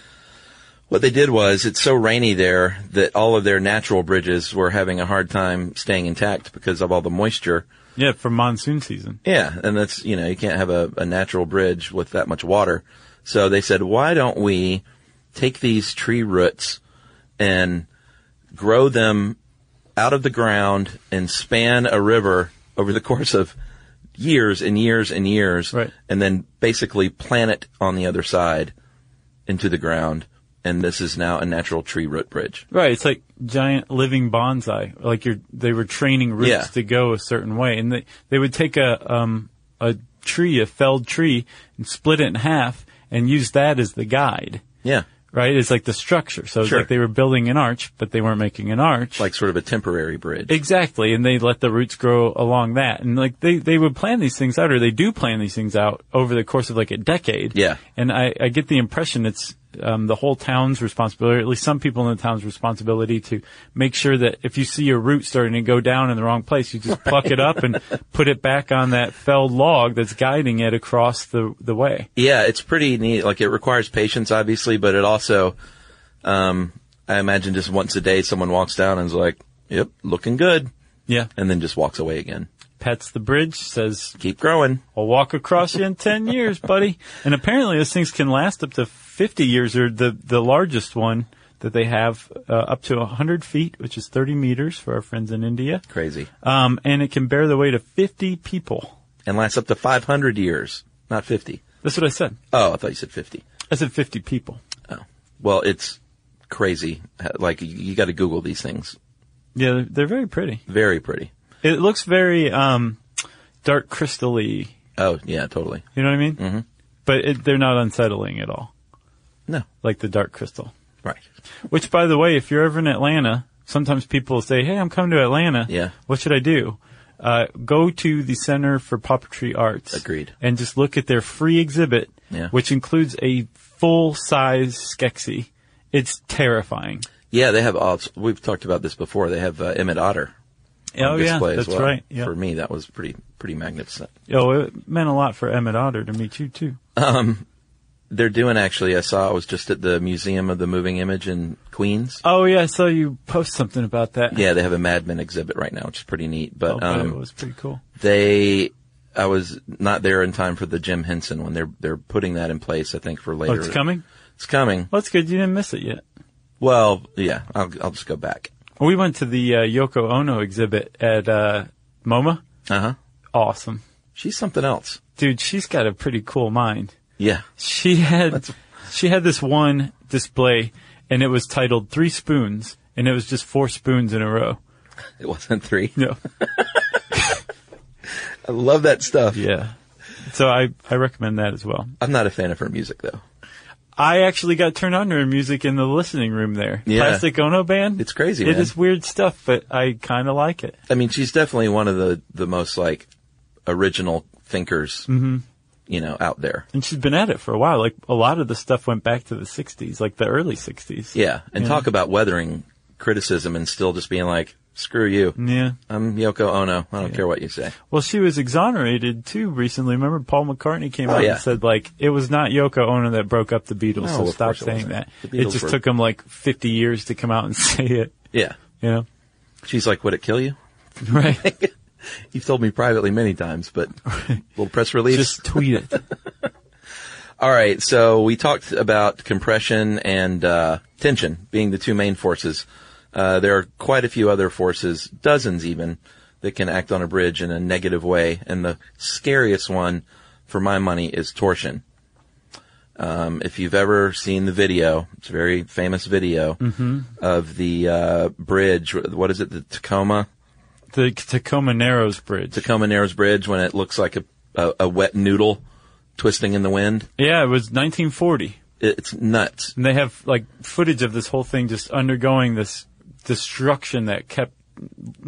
C: what they did was, it's so rainy there that all of their natural bridges were having a hard time staying intact because of all the moisture.
B: Yeah, for monsoon season.
C: Yeah, and that's you know you can't have a, a natural bridge with that much water. So they said, why don't we take these tree roots and grow them out of the ground and span a river over the (laughs) course of years and years and years,
B: Right.
C: and then basically plant it on the other side into the ground. And this is now a natural tree root bridge.
B: Right, it's like giant living bonsai. Like you're, they were training roots
C: Yeah.
B: to go a certain way, and they they would take a um a tree, a felled tree, and split it in half, and use that as the guide.
C: Yeah,
B: right? It's like the structure. So it's
C: Sure.
B: like they were building an arch, but they weren't making an arch.
C: like sort of a temporary bridge.
B: exactly, and they let the roots grow along that, and like they they would plan these things out, or they do plan these things out over the course of like a decade.
C: Yeah.
B: and I I get the impression it's. Um, the whole town's responsibility, or at least some people in the town's responsibility, to make sure that if you see a root starting to go down in the wrong place, you just pluck it up and put it back on that felled log that's guiding it across the the way.
C: Yeah, it's pretty neat. Like it requires patience, obviously, but it also, um, I imagine just once a day someone walks down and is like, "Yep, looking good,"
B: Yeah,
C: and then just walks away again.
B: pets the bridge, says,
C: Keep growing.
B: I'll walk across you in 10 years, buddy. And apparently those things can last up to 50 years or the, the largest one that they have uh, up to 100 feet, which is 30 meters for our friends in India.
C: Crazy.
B: Um, and it can bear the weight of 50 people.
C: And lasts up to 500 years, not 50.
B: That's what I said.
C: Oh, I thought you said 50.
B: I said 50 people.
C: Oh. Well, it's crazy. Like, you, you gotta Google these things.
B: Yeah, they're, they're very pretty.
C: Very pretty.
B: It looks very, um, dark crystally.
C: Oh, yeah, totally.
B: You know what I mean? Mm-hmm. But it, they're not unsettling at all,
C: No.
B: like the dark crystal.
C: Right.
B: Which, by the way, if you're ever in Atlanta, sometimes people say, "Hey, I'm coming to Atlanta.
C: Yeah.
B: What should I do?" Uh, go to the Center for Puppetry Arts.
C: Agreed.
B: And just look at their free exhibit,
C: Yeah.
B: which includes a full-size Skeksis. It's terrifying.
C: Yeah, they have, uh, we've talked about this before. They have uh, Emmett Otter on
B: oh yeah,
C: display
B: that's
C: as well.
B: right. Yeah.
C: For me, that was pretty, pretty magnificent.
B: Oh, it meant a lot for Emmett Otter to meet you too.
C: They're doing actually, I saw, I was just at the Museum of the Moving Image in Queens.
B: Oh yeah, I saw you post something about that.
C: Yeah, they have a Mad Men exhibit right now, which is pretty neat.
B: Oh,
C: But,
B: but
C: um,
B: it was pretty cool.
C: they I was not there in time for the Jim Henson when they're they're putting that in place. I think for later.
B: Oh, it's coming.
C: It's coming.
B: Well, that's good. You didn't miss it yet.
C: Well, yeah. I'll I'll just go back.
B: We went to the uh, Yoko Ono exhibit at uh, MoMA.
C: Uh huh.
B: Awesome.
C: She's something else.
B: dude, she's got a pretty cool mind.
C: Yeah.
B: She had
C: That's-
B: she had this one display, and it was titled Three Spoons, and it was just four spoons in a row.
C: It wasn't three.
B: No,
C: I love that stuff.
B: yeah. So I I recommend that as well.
C: I'm not a fan of her music though.
B: I actually got turned on to her music in the listening room there.
C: Yeah.
B: Plastic Ono Band.
C: It's crazy,
B: It
C: man.
B: is weird stuff, but I kind of like it.
C: I mean, she's definitely one of the the most like original thinkers.
B: Mm-hmm.
C: You know, out there.
B: And she's been at it for a while. Like a lot of the stuff went back to the '60s, like the early '60s.
C: Yeah. And
B: Yeah.
C: talk about weathering criticism and still just being like, screw you.
B: Yeah.
C: I'm Yoko Ono. I don't care what you say.
B: Well, she was exonerated too recently. Remember, Paul McCartney came
C: Oh,
B: out
C: yeah.
B: and said like it was not Yoko Ono that broke up the Beatles.
C: No,
B: so
C: of
B: stop
C: course it
B: saying
C: wasn't.
B: that.
C: The
B: It
C: Beatles
B: just
C: were-
B: took him like 50 years to come out and (laughs) say it.
C: Yeah.
B: You know,
C: She's like, would it kill you?
B: right?
C: You've told me privately many times,
B: (laughs)
C: but little press release.
B: just tweet it.
C: All right. So we talked about compression and uh, tension being the two main forces. Uh, there are quite a few other forces, dozens even, that can act on a bridge in a negative way. And the scariest one, for my money, is torsion. Um, if you've ever seen the video, it's a very famous video of the uh, bridge. What is it? The Tacoma.
B: The Tacoma Narrows Bridge.
C: Tacoma Narrows Bridge when it looks like a, a, a wet noodle twisting in the wind.
B: yeah, it was 1940,
C: It's nuts.
B: and they have like footage of this whole thing just undergoing this destruction that kept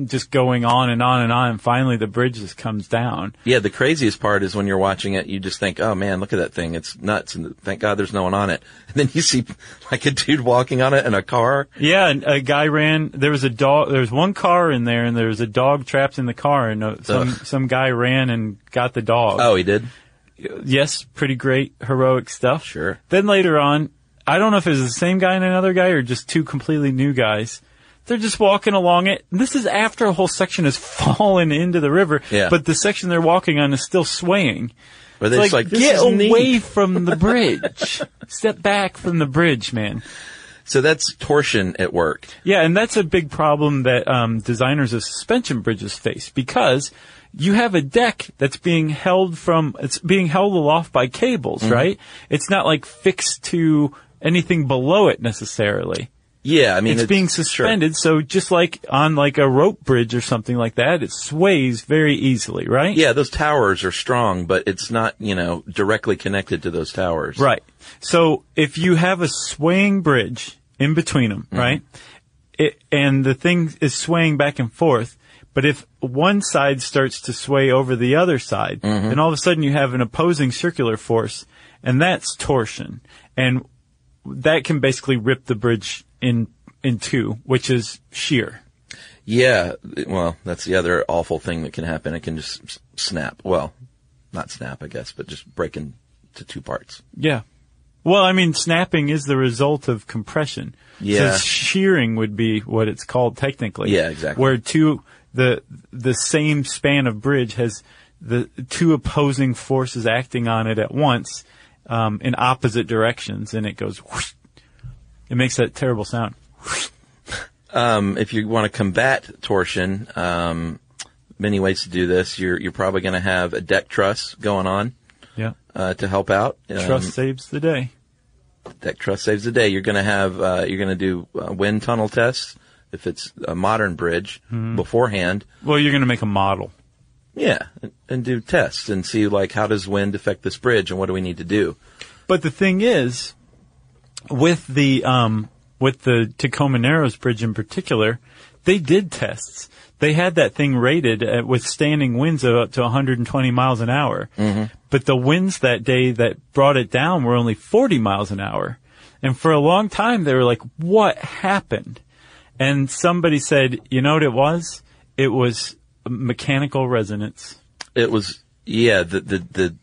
B: just going on and on and on. And finally, the bridge just comes down.
C: Yeah, the craziest part is when you're watching it, you just think, oh man, look at that thing. It's nuts. And thank God there's no one on it. (laughs) And then you see like a dude walking on it in a car.
B: Yeah, and a guy ran. There was a dog. There was one car in there, and there was a dog trapped in the car, and uh, some
C: Ugh.
B: some guy ran and got the dog.
C: Oh, he did?
B: yes, pretty great heroic stuff.
C: Sure.
B: Then later on, I don't know if it was the same guy and another guy, or just two completely new guys. They're just walking along it. And This is after a whole section has (laughs) fallen into the river,
C: Yeah.
B: but the section they're walking on is still swaying.
C: But
B: It's
C: it's
B: like,
C: like, this
B: get
C: is neat.
B: away from the
C: (laughs)
B: bridge. Step back from the bridge, man.
C: So that's torsion at work.
B: Yeah, and that's a big problem that um, designers of suspension bridges face because you have a deck that's being held from it's being held aloft by cables,
C: Mm-hmm.
B: right? It's not like fixed to anything below it necessarily.
C: Yeah, I mean,
B: It's, being suspended, so just like on like a rope bridge or something like that, it sways very easily, right?
C: Sure. Yeah, those towers are strong, but it's not, you know, directly connected to those towers.
B: Right. So if you have a swaying bridge in between them, right? It, and the thing is swaying back and forth, but if one side starts to sway over the other side, then all of a sudden you have an opposing circular force, and that's torsion. And that can basically rip the bridge in, in two, which is shear.
C: Yeah, well, that's the other awful thing that can happen. It can just s- snap. Well, not snap, I guess, but just break into two parts.
B: Yeah. Well, I mean, snapping is the result of compression.
C: Yeah.
B: So shearing would be what it's called technically.
C: Yeah, exactly.
B: Where two, the- the the same span of bridge has the two opposing forces acting on it at once um, in opposite directions, and it goes. whoosh. It makes that terrible sound.
C: Um, if you want to combat torsion, um, many ways to do this. You're you're probably going to have a deck truss going on
B: Yeah,
C: uh, to help out. Um,
B: trust saves the day.
C: Deck truss saves the day. You're going to have uh, you're going to do uh, wind tunnel tests if it's a modern bridge beforehand.
B: Well, you're going to make a model.
C: Yeah, and, and do tests and see like how does wind affect this bridge and what do we need to do.
B: But the thing is, with the um, with the Tacoma Narrows Bridge in particular, they did tests. They had that thing rated at, with standing winds of up to 120 miles an hour. But the winds that day that brought it down were only 40 miles an hour. And for a long time, they were like, "What happened?" And somebody said, "You know what it was? It was mechanical resonance."
C: It was yeah the the, the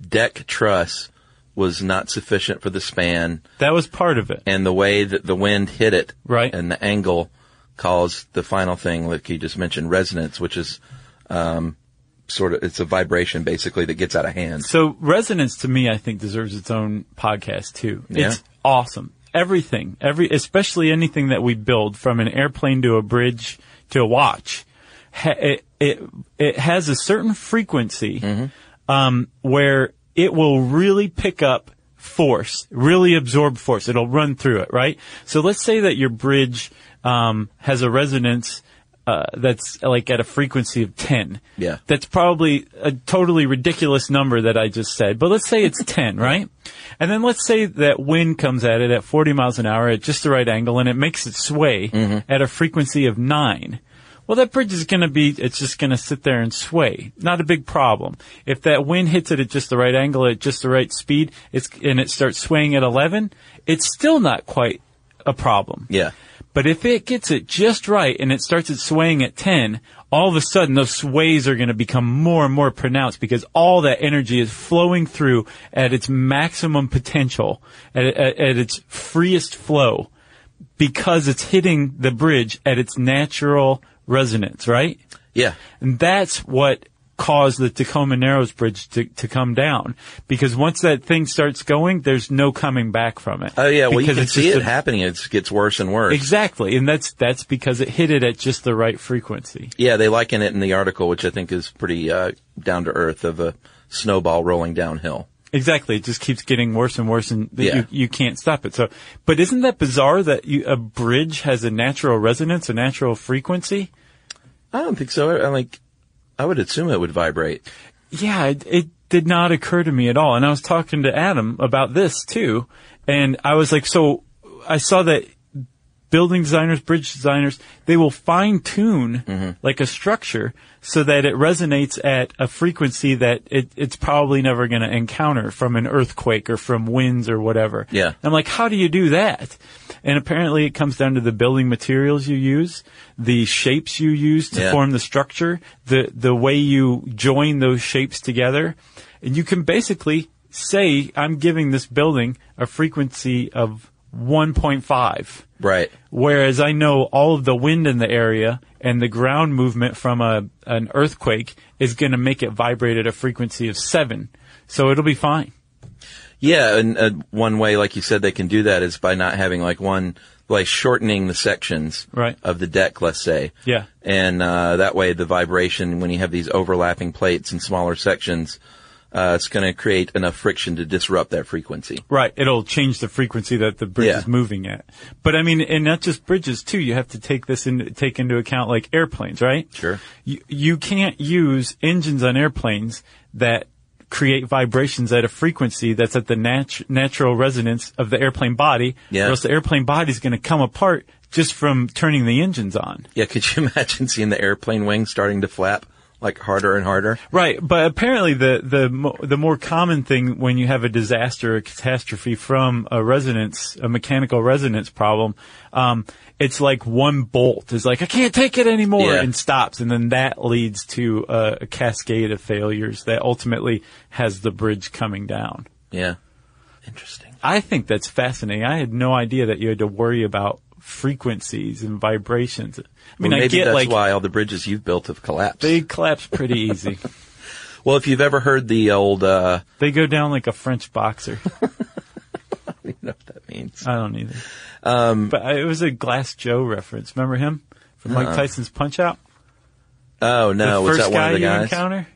C: deck truss was not sufficient for the span.
B: That was part of it.
C: and the way that the wind hit it,
B: Right.
C: and the angle caused the final thing, like you just mentioned, resonance, which is um, sort of it's a vibration basically that gets out of hand.
B: So resonance to me, I think deserves its own podcast too.
C: Yeah.
B: It's awesome. Everything, every, especially anything that we build from an airplane to a bridge to a watch, ha- it, it, it has a certain frequency,
C: Mm-hmm.
B: um, where it will really pick up force, really absorb force. It'll run through it, right? So let's say that your bridge, um, has a resonance, uh, that's like at a frequency of 10.
C: Yeah.
B: That's probably a totally ridiculous number that I just said, but let's say it's 10, right? And then let's say that wind comes at it at 40 miles an hour at just the right angle and it makes it sway at a frequency of 9. Well, that bridge is going to be, it's just going to sit there and sway. Not a big problem. If that wind hits it at just the right angle, at just the right speed, it's, and it starts swaying at 11, it's still not quite a problem.
C: Yeah,
B: But if it gets it just right and it starts it swaying at 10, all of a sudden those sways are going to become more and more pronounced because all that energy is flowing through at its maximum potential, at, at, at its freest flow, because it's hitting the bridge at its natural resonance, right?
C: yeah,
B: And that's what caused the Tacoma Narrows Bridge to, to come down. Because once that thing starts going, there's no coming back from it.
C: oh yeah. Well, you
B: Because
C: can
B: it's
C: see
B: just
C: it
B: a-
C: happening. It gets worse and worse.
B: Exactly, and that's that's because it hit it at just the right frequency.
C: Yeah, they liken it in the article, which I think is pretty uh, down to earth, of a snowball rolling downhill.
B: Exactly, it just keeps getting worse and worse, and th-
C: Yeah.
B: you you can't stop it. So, but isn't that bizarre that you, a bridge has a natural resonance, a natural frequency?
C: I don't think so. I, I like. I would assume it would vibrate.
B: Yeah, it, it did not occur to me at all, and I was talking to Adam about this too, and I was like, so I saw that building designers, bridge designers, they will fine tune like a structure so that it resonates at a frequency that it, it's probably never going to encounter from an earthquake or from winds or whatever.
C: Yeah.
B: I'm like, how do you do that? And apparently it comes down to the building materials you use, the shapes you use to
C: Yeah.
B: form the structure, the, the way you join those shapes together. And you can basically say, I'm giving this building a frequency of 1.5.
C: Right.
B: Whereas I know all of the wind in the area and the ground movement from a an earthquake is going to make it vibrate at a frequency of seven, so it'll be fine.
C: Yeah, and uh, one way, like you said, they can do that is by not having like one, like shortening the sections
B: Right.
C: of the deck, let's say.
B: Yeah.
C: And uh, that way, the vibration when you have these overlapping plates and smaller sections, uh, it's going to create enough friction to disrupt that frequency.
B: Right, it'll change the frequency that the bridge
C: Yeah.
B: is moving at. But I mean, and not just bridges too. You have to take this in, take into account like airplanes, right?
C: Sure.
B: You, you can't use engines on airplanes that create vibrations at a frequency that's at the nat- natural resonance of the airplane body.
C: Yeah.
B: Or else the airplane body is going to come apart just from turning the engines on.
C: Yeah, (laughs) could you imagine seeing the airplane wings starting to flap like harder and harder?
B: Right, but apparently the the mo- the more common thing when you have a disaster, a catastrophe from a resonance, a mechanical resonance problem, um, it's like one bolt is like I can't take it anymore
C: Yeah.
B: and stops, and then that leads to a, a cascade of failures that ultimately has the bridge coming down.
C: Yeah. Interesting.
B: I think that's fascinating. I had no idea that you had to worry about frequencies and vibrations. I mean,
C: Well,
B: I
C: maybe
B: get
C: that's
B: like
C: why all the bridges you've built have collapsed.
B: they collapse pretty
C: (laughs)
B: easy.
C: well, if you've ever heard the old, uh, (laughs)
B: they go down like a French boxer.
C: you know what that means.
B: I don't either.
C: Um,
B: but I, it was a Glass Joe reference. Remember him from Mike Tyson's Punch Out?
C: Oh Uh-huh.
B: the
C: no, was
B: first
C: that one
B: guy
C: of the
B: you
C: guys?
B: encounter?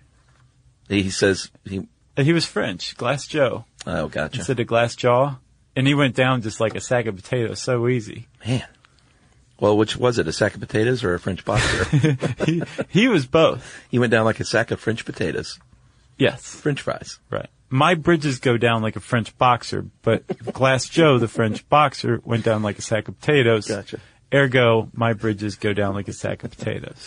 C: He says he.
B: Uh, He was French, Glass Joe,
C: Oh, gotcha.
B: instead of Glass Jaw, and he went down just like a sack of potatoes, so easy. (laughs)
C: Man. Well, which was it, a sack of potatoes or a
B: (laughs)
C: French boxer?
B: he, he was both.
C: he went down like a sack of French potatoes,
B: Yes,
C: French fries.
B: right. My bridges go down like a French boxer, but Glass Joe, the French boxer, went down like a sack of potatoes.
C: Gotcha.
B: Ergo, my bridges go down like a sack of potatoes.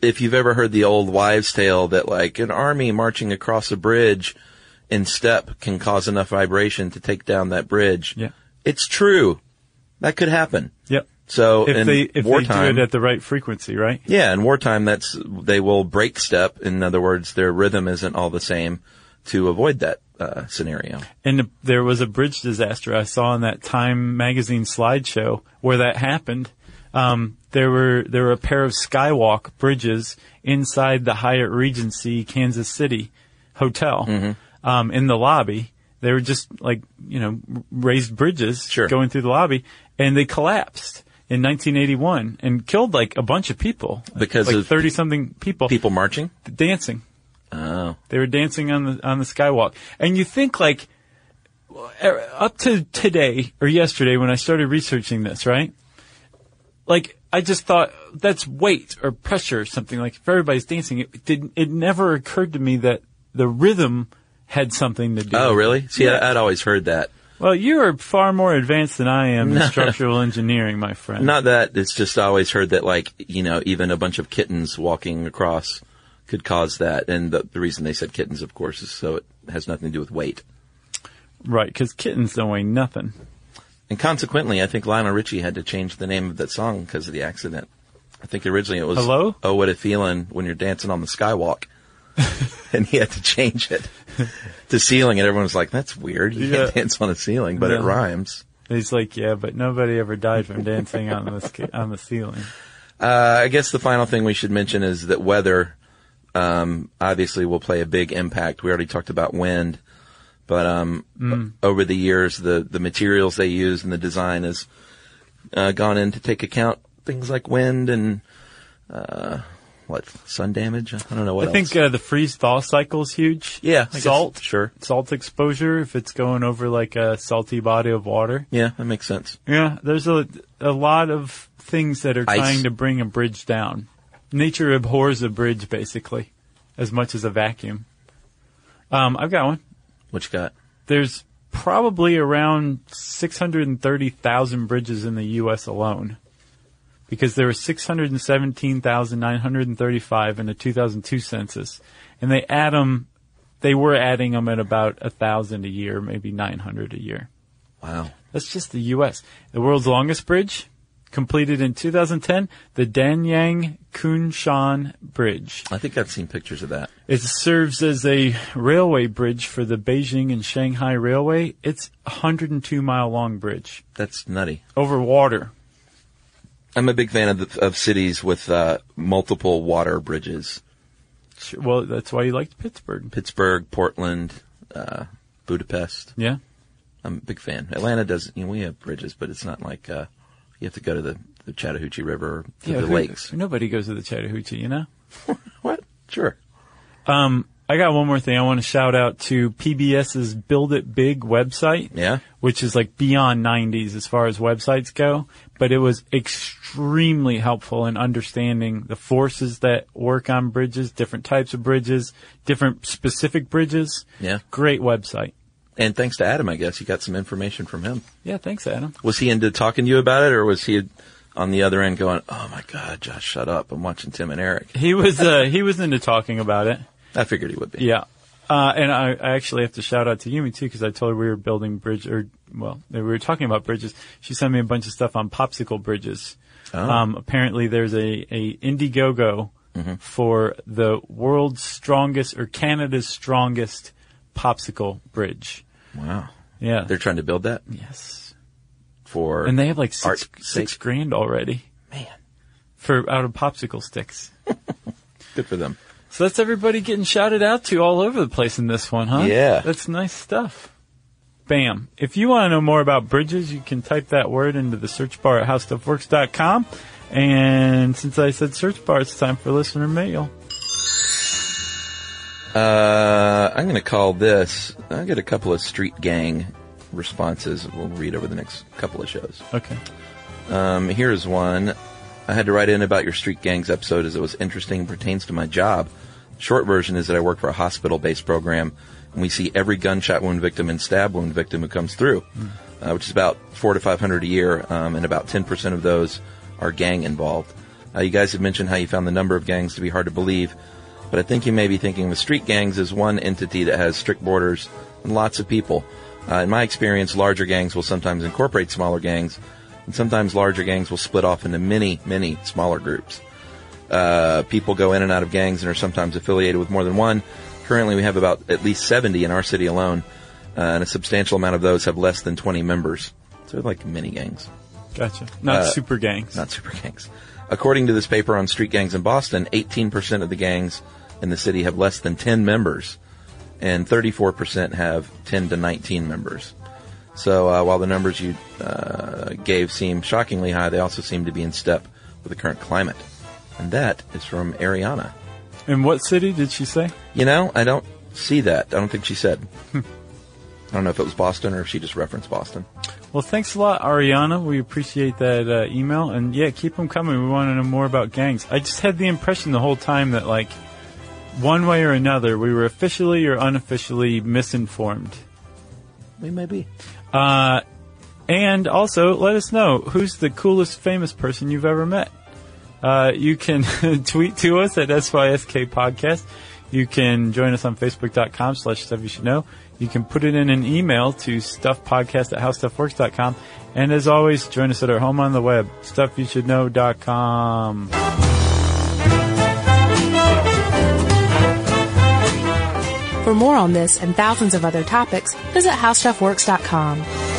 C: If you've ever heard the old wives' tale that like an army marching across a bridge in step can cause enough vibration to take down that bridge,
B: Yeah.
C: it's true. That could happen.
B: Yep.
C: So
B: If
C: in
B: they if
C: wartime,
B: they do it at the right frequency, right?
C: Yeah, in wartime, that's they will break step. In other words, their rhythm isn't all the same to avoid that uh, scenario.
B: And the, there was a bridge disaster I saw in that Time magazine slideshow where that happened. Um, there were there were a pair of skywalk bridges inside the Hyatt Regency Kansas City hotel
C: Mm-hmm.
B: um, in the lobby. They were just like you know r- raised bridges
C: Sure.
B: going through the lobby, and they collapsed in 1981 and killed like a bunch of people
C: Because
B: like
C: of
B: 30 something people
C: People marching.
B: dancing.
C: Oh,
B: They were dancing on the on the skywalk, and you think like er, up to today or yesterday when I started researching this, right? Like I just thought that's weight or pressure or something. Like if everybody's dancing, it did it never occurred to me that the rhythm had something to do.
C: oh,
B: with it.
C: really? See,
B: Yeah.
C: I, I'd always heard that.
B: Well, you are far more advanced than I
C: (laughs)
B: am in structural engineering, my friend.
C: Not that it's just I always heard that like you know even a bunch of kittens walking across could cause that, and the, the reason they said kittens, of course, is so it has nothing to do with weight.
B: right? Because kittens don't weigh nothing.
C: And consequently, I think Lionel Richie had to change the name of that song because of the accident. I think originally it was
B: Hello?
C: Oh, what a feeling when you're dancing on
B: (laughs)
C: the skywalk. and he had to change it to ceiling, and everyone was like, "That's weird. You
B: Yeah.
C: can't dance on a ceiling, but it
B: Yeah.
C: rhymes."
B: He's like, yeah, but nobody ever died from dancing on the sca- on the ceiling.
C: Uh, I guess the final thing we should mention is that weather, um, obviously will play a big impact. We already talked about wind, but, um,
B: Mm.
C: over the years, the, the materials they use and the design has, uh, gone in to take account things like wind and, uh, what, sun damage? I don't know (laughs) what
B: I think uh,
C: else.
B: the freeze thaw cycle is huge.
C: Yeah, I guess-
B: salt,
C: sure.
B: Salt exposure if it's going over like a salty body of water.
C: Yeah, that makes sense.
B: Yeah, there's a a lot of things that are
C: Ice.
B: trying to bring a bridge down. Nature abhors a bridge basically, as much as a vacuum. Um, I've got one.
C: What you got?
B: There's probably around 630,000 bridges in the U.S. alone. Because there were 617,935 in the 2002 census. And they add 'em- they were adding them at about 1,000 a year, maybe 900 a year.
C: Wow.
B: That's just the U.S. The world's longest bridge, completed in 2010, the Danyang Kunshan Bridge.
C: I think I've seen pictures of that.
B: It serves as a railway bridge for the Beijing and Shanghai Railway. It's a 102 mile long bridge
C: That's nutty.
B: over water.
C: I'm a big fan of, the, of cities with, uh, multiple water bridges.
B: Sure, Well, that's why you liked Pittsburgh.
C: Pittsburgh, Portland, uh, Budapest.
B: Yeah.
C: I'm a big fan. Atlanta doesn't, you know, we have bridges, but it's not like, uh, you have to go to the, the Chattahoochee River or to
B: yeah
C: the
B: who-
C: lakes.
B: Nobody goes to the Chattahoochee, you know? Um,
C: What? Sure.
B: I got one more thing. I want to shout out to PBS's Build It Big website.
C: Yeah.
B: Which is like beyond 90s as far as websites go, but it was extremely helpful in understanding the forces that work on bridges, different types of bridges, different specific bridges.
C: Yeah.
B: Great website.
C: And thanks to Adam, I guess you got some information from him.
B: Yeah, thanks, Adam.
C: Was he into talking to you about it or was he on the other end going, Oh my God, Josh, shut up. I'm watching Tim and Eric.
B: He was uh, he was into talking about it.
C: I figured he would be.
B: Yeah. Uh, and I, I actually have to shout out to Yumi too because I told her we were building bridge or well we were talking about bridges. She sent me a bunch of stuff on popsicle bridges.
C: Oh.
B: Um, apparently there's a a Indiegogo for the world's strongest or Canada's strongest popsicle bridge.
C: Wow.
B: Yeah.
C: They're trying to build that
B: yes.
C: for
B: And they have like six,
C: Art's
B: six
C: sake.
B: grand already
C: man,
B: for out of popsicle sticks.
C: good for them.
B: So that's everybody getting shouted out to all over the place in this one, huh?
C: Yeah.
B: That's nice stuff. Bam. If you want to know more about bridges, you can type that word into the search bar at howstuffworks.com. And since I said search bar, it's time for listener mail.
C: Uh, I'm going to call this. I get a couple of street gang responses. We'll read over the next couple of shows.
B: Okay.
C: Um, here's one. I had to write in about your street gangs episode as it was interesting and pertains to my job. Short version is that I work for a hospital-based program, and we see every gunshot wound victim and stab wound victim who comes through, uh, which is about four to five hundred a year, um, and about ten percent of those are gang involved. Uh, you guys have mentioned how you found the number of gangs to be hard to believe, but I think you may be thinking of street gangs as one entity that has strict borders and lots of people. Uh, in my experience, larger gangs will sometimes incorporate smaller gangs, and sometimes larger gangs will split off into many, many smaller groups. Uh, people go in and out of gangs and are sometimes affiliated with more than one. Currently, we have about at least 70 in our city alone, uh, and a substantial amount of those have less than 20 members. So, like mini gangs
B: Gotcha. Not
C: Uh,
B: super gangs.
C: not super gangs. According to this paper on street gangs in Boston, 18% of the gangs in the city have less than 10 members, and 34% have 10 to 19 members. So uh, while the numbers you uh, gave seem shockingly high, they also seem to be in step with the current climate. And that is from Ariana.
B: In what city did she say?
C: You know, I don't see that. I don't think she said. I don't know if it was Boston or if she just referenced Boston.
B: Well, thanks a lot, Ariana. We appreciate that uh, email, and yeah, keep them coming. We want to know more about gangs. I just had the impression the whole time that, like, one way or another, we were officially or unofficially misinformed.
C: We may be.
B: Uh, and also, let us know who's the coolest famous person you've ever met. Uh, you can (laughs) tweet to us at SYSK Podcast. You can join us on Facebook.com slash Stuff You Should Know. You can put it in an email to stuffpodcast at howstuffworks.com. And as always, join us at our home on the web, stuffyoushouldknow.com.
A: For more on this and thousands of other topics, visit howstuffworks.com.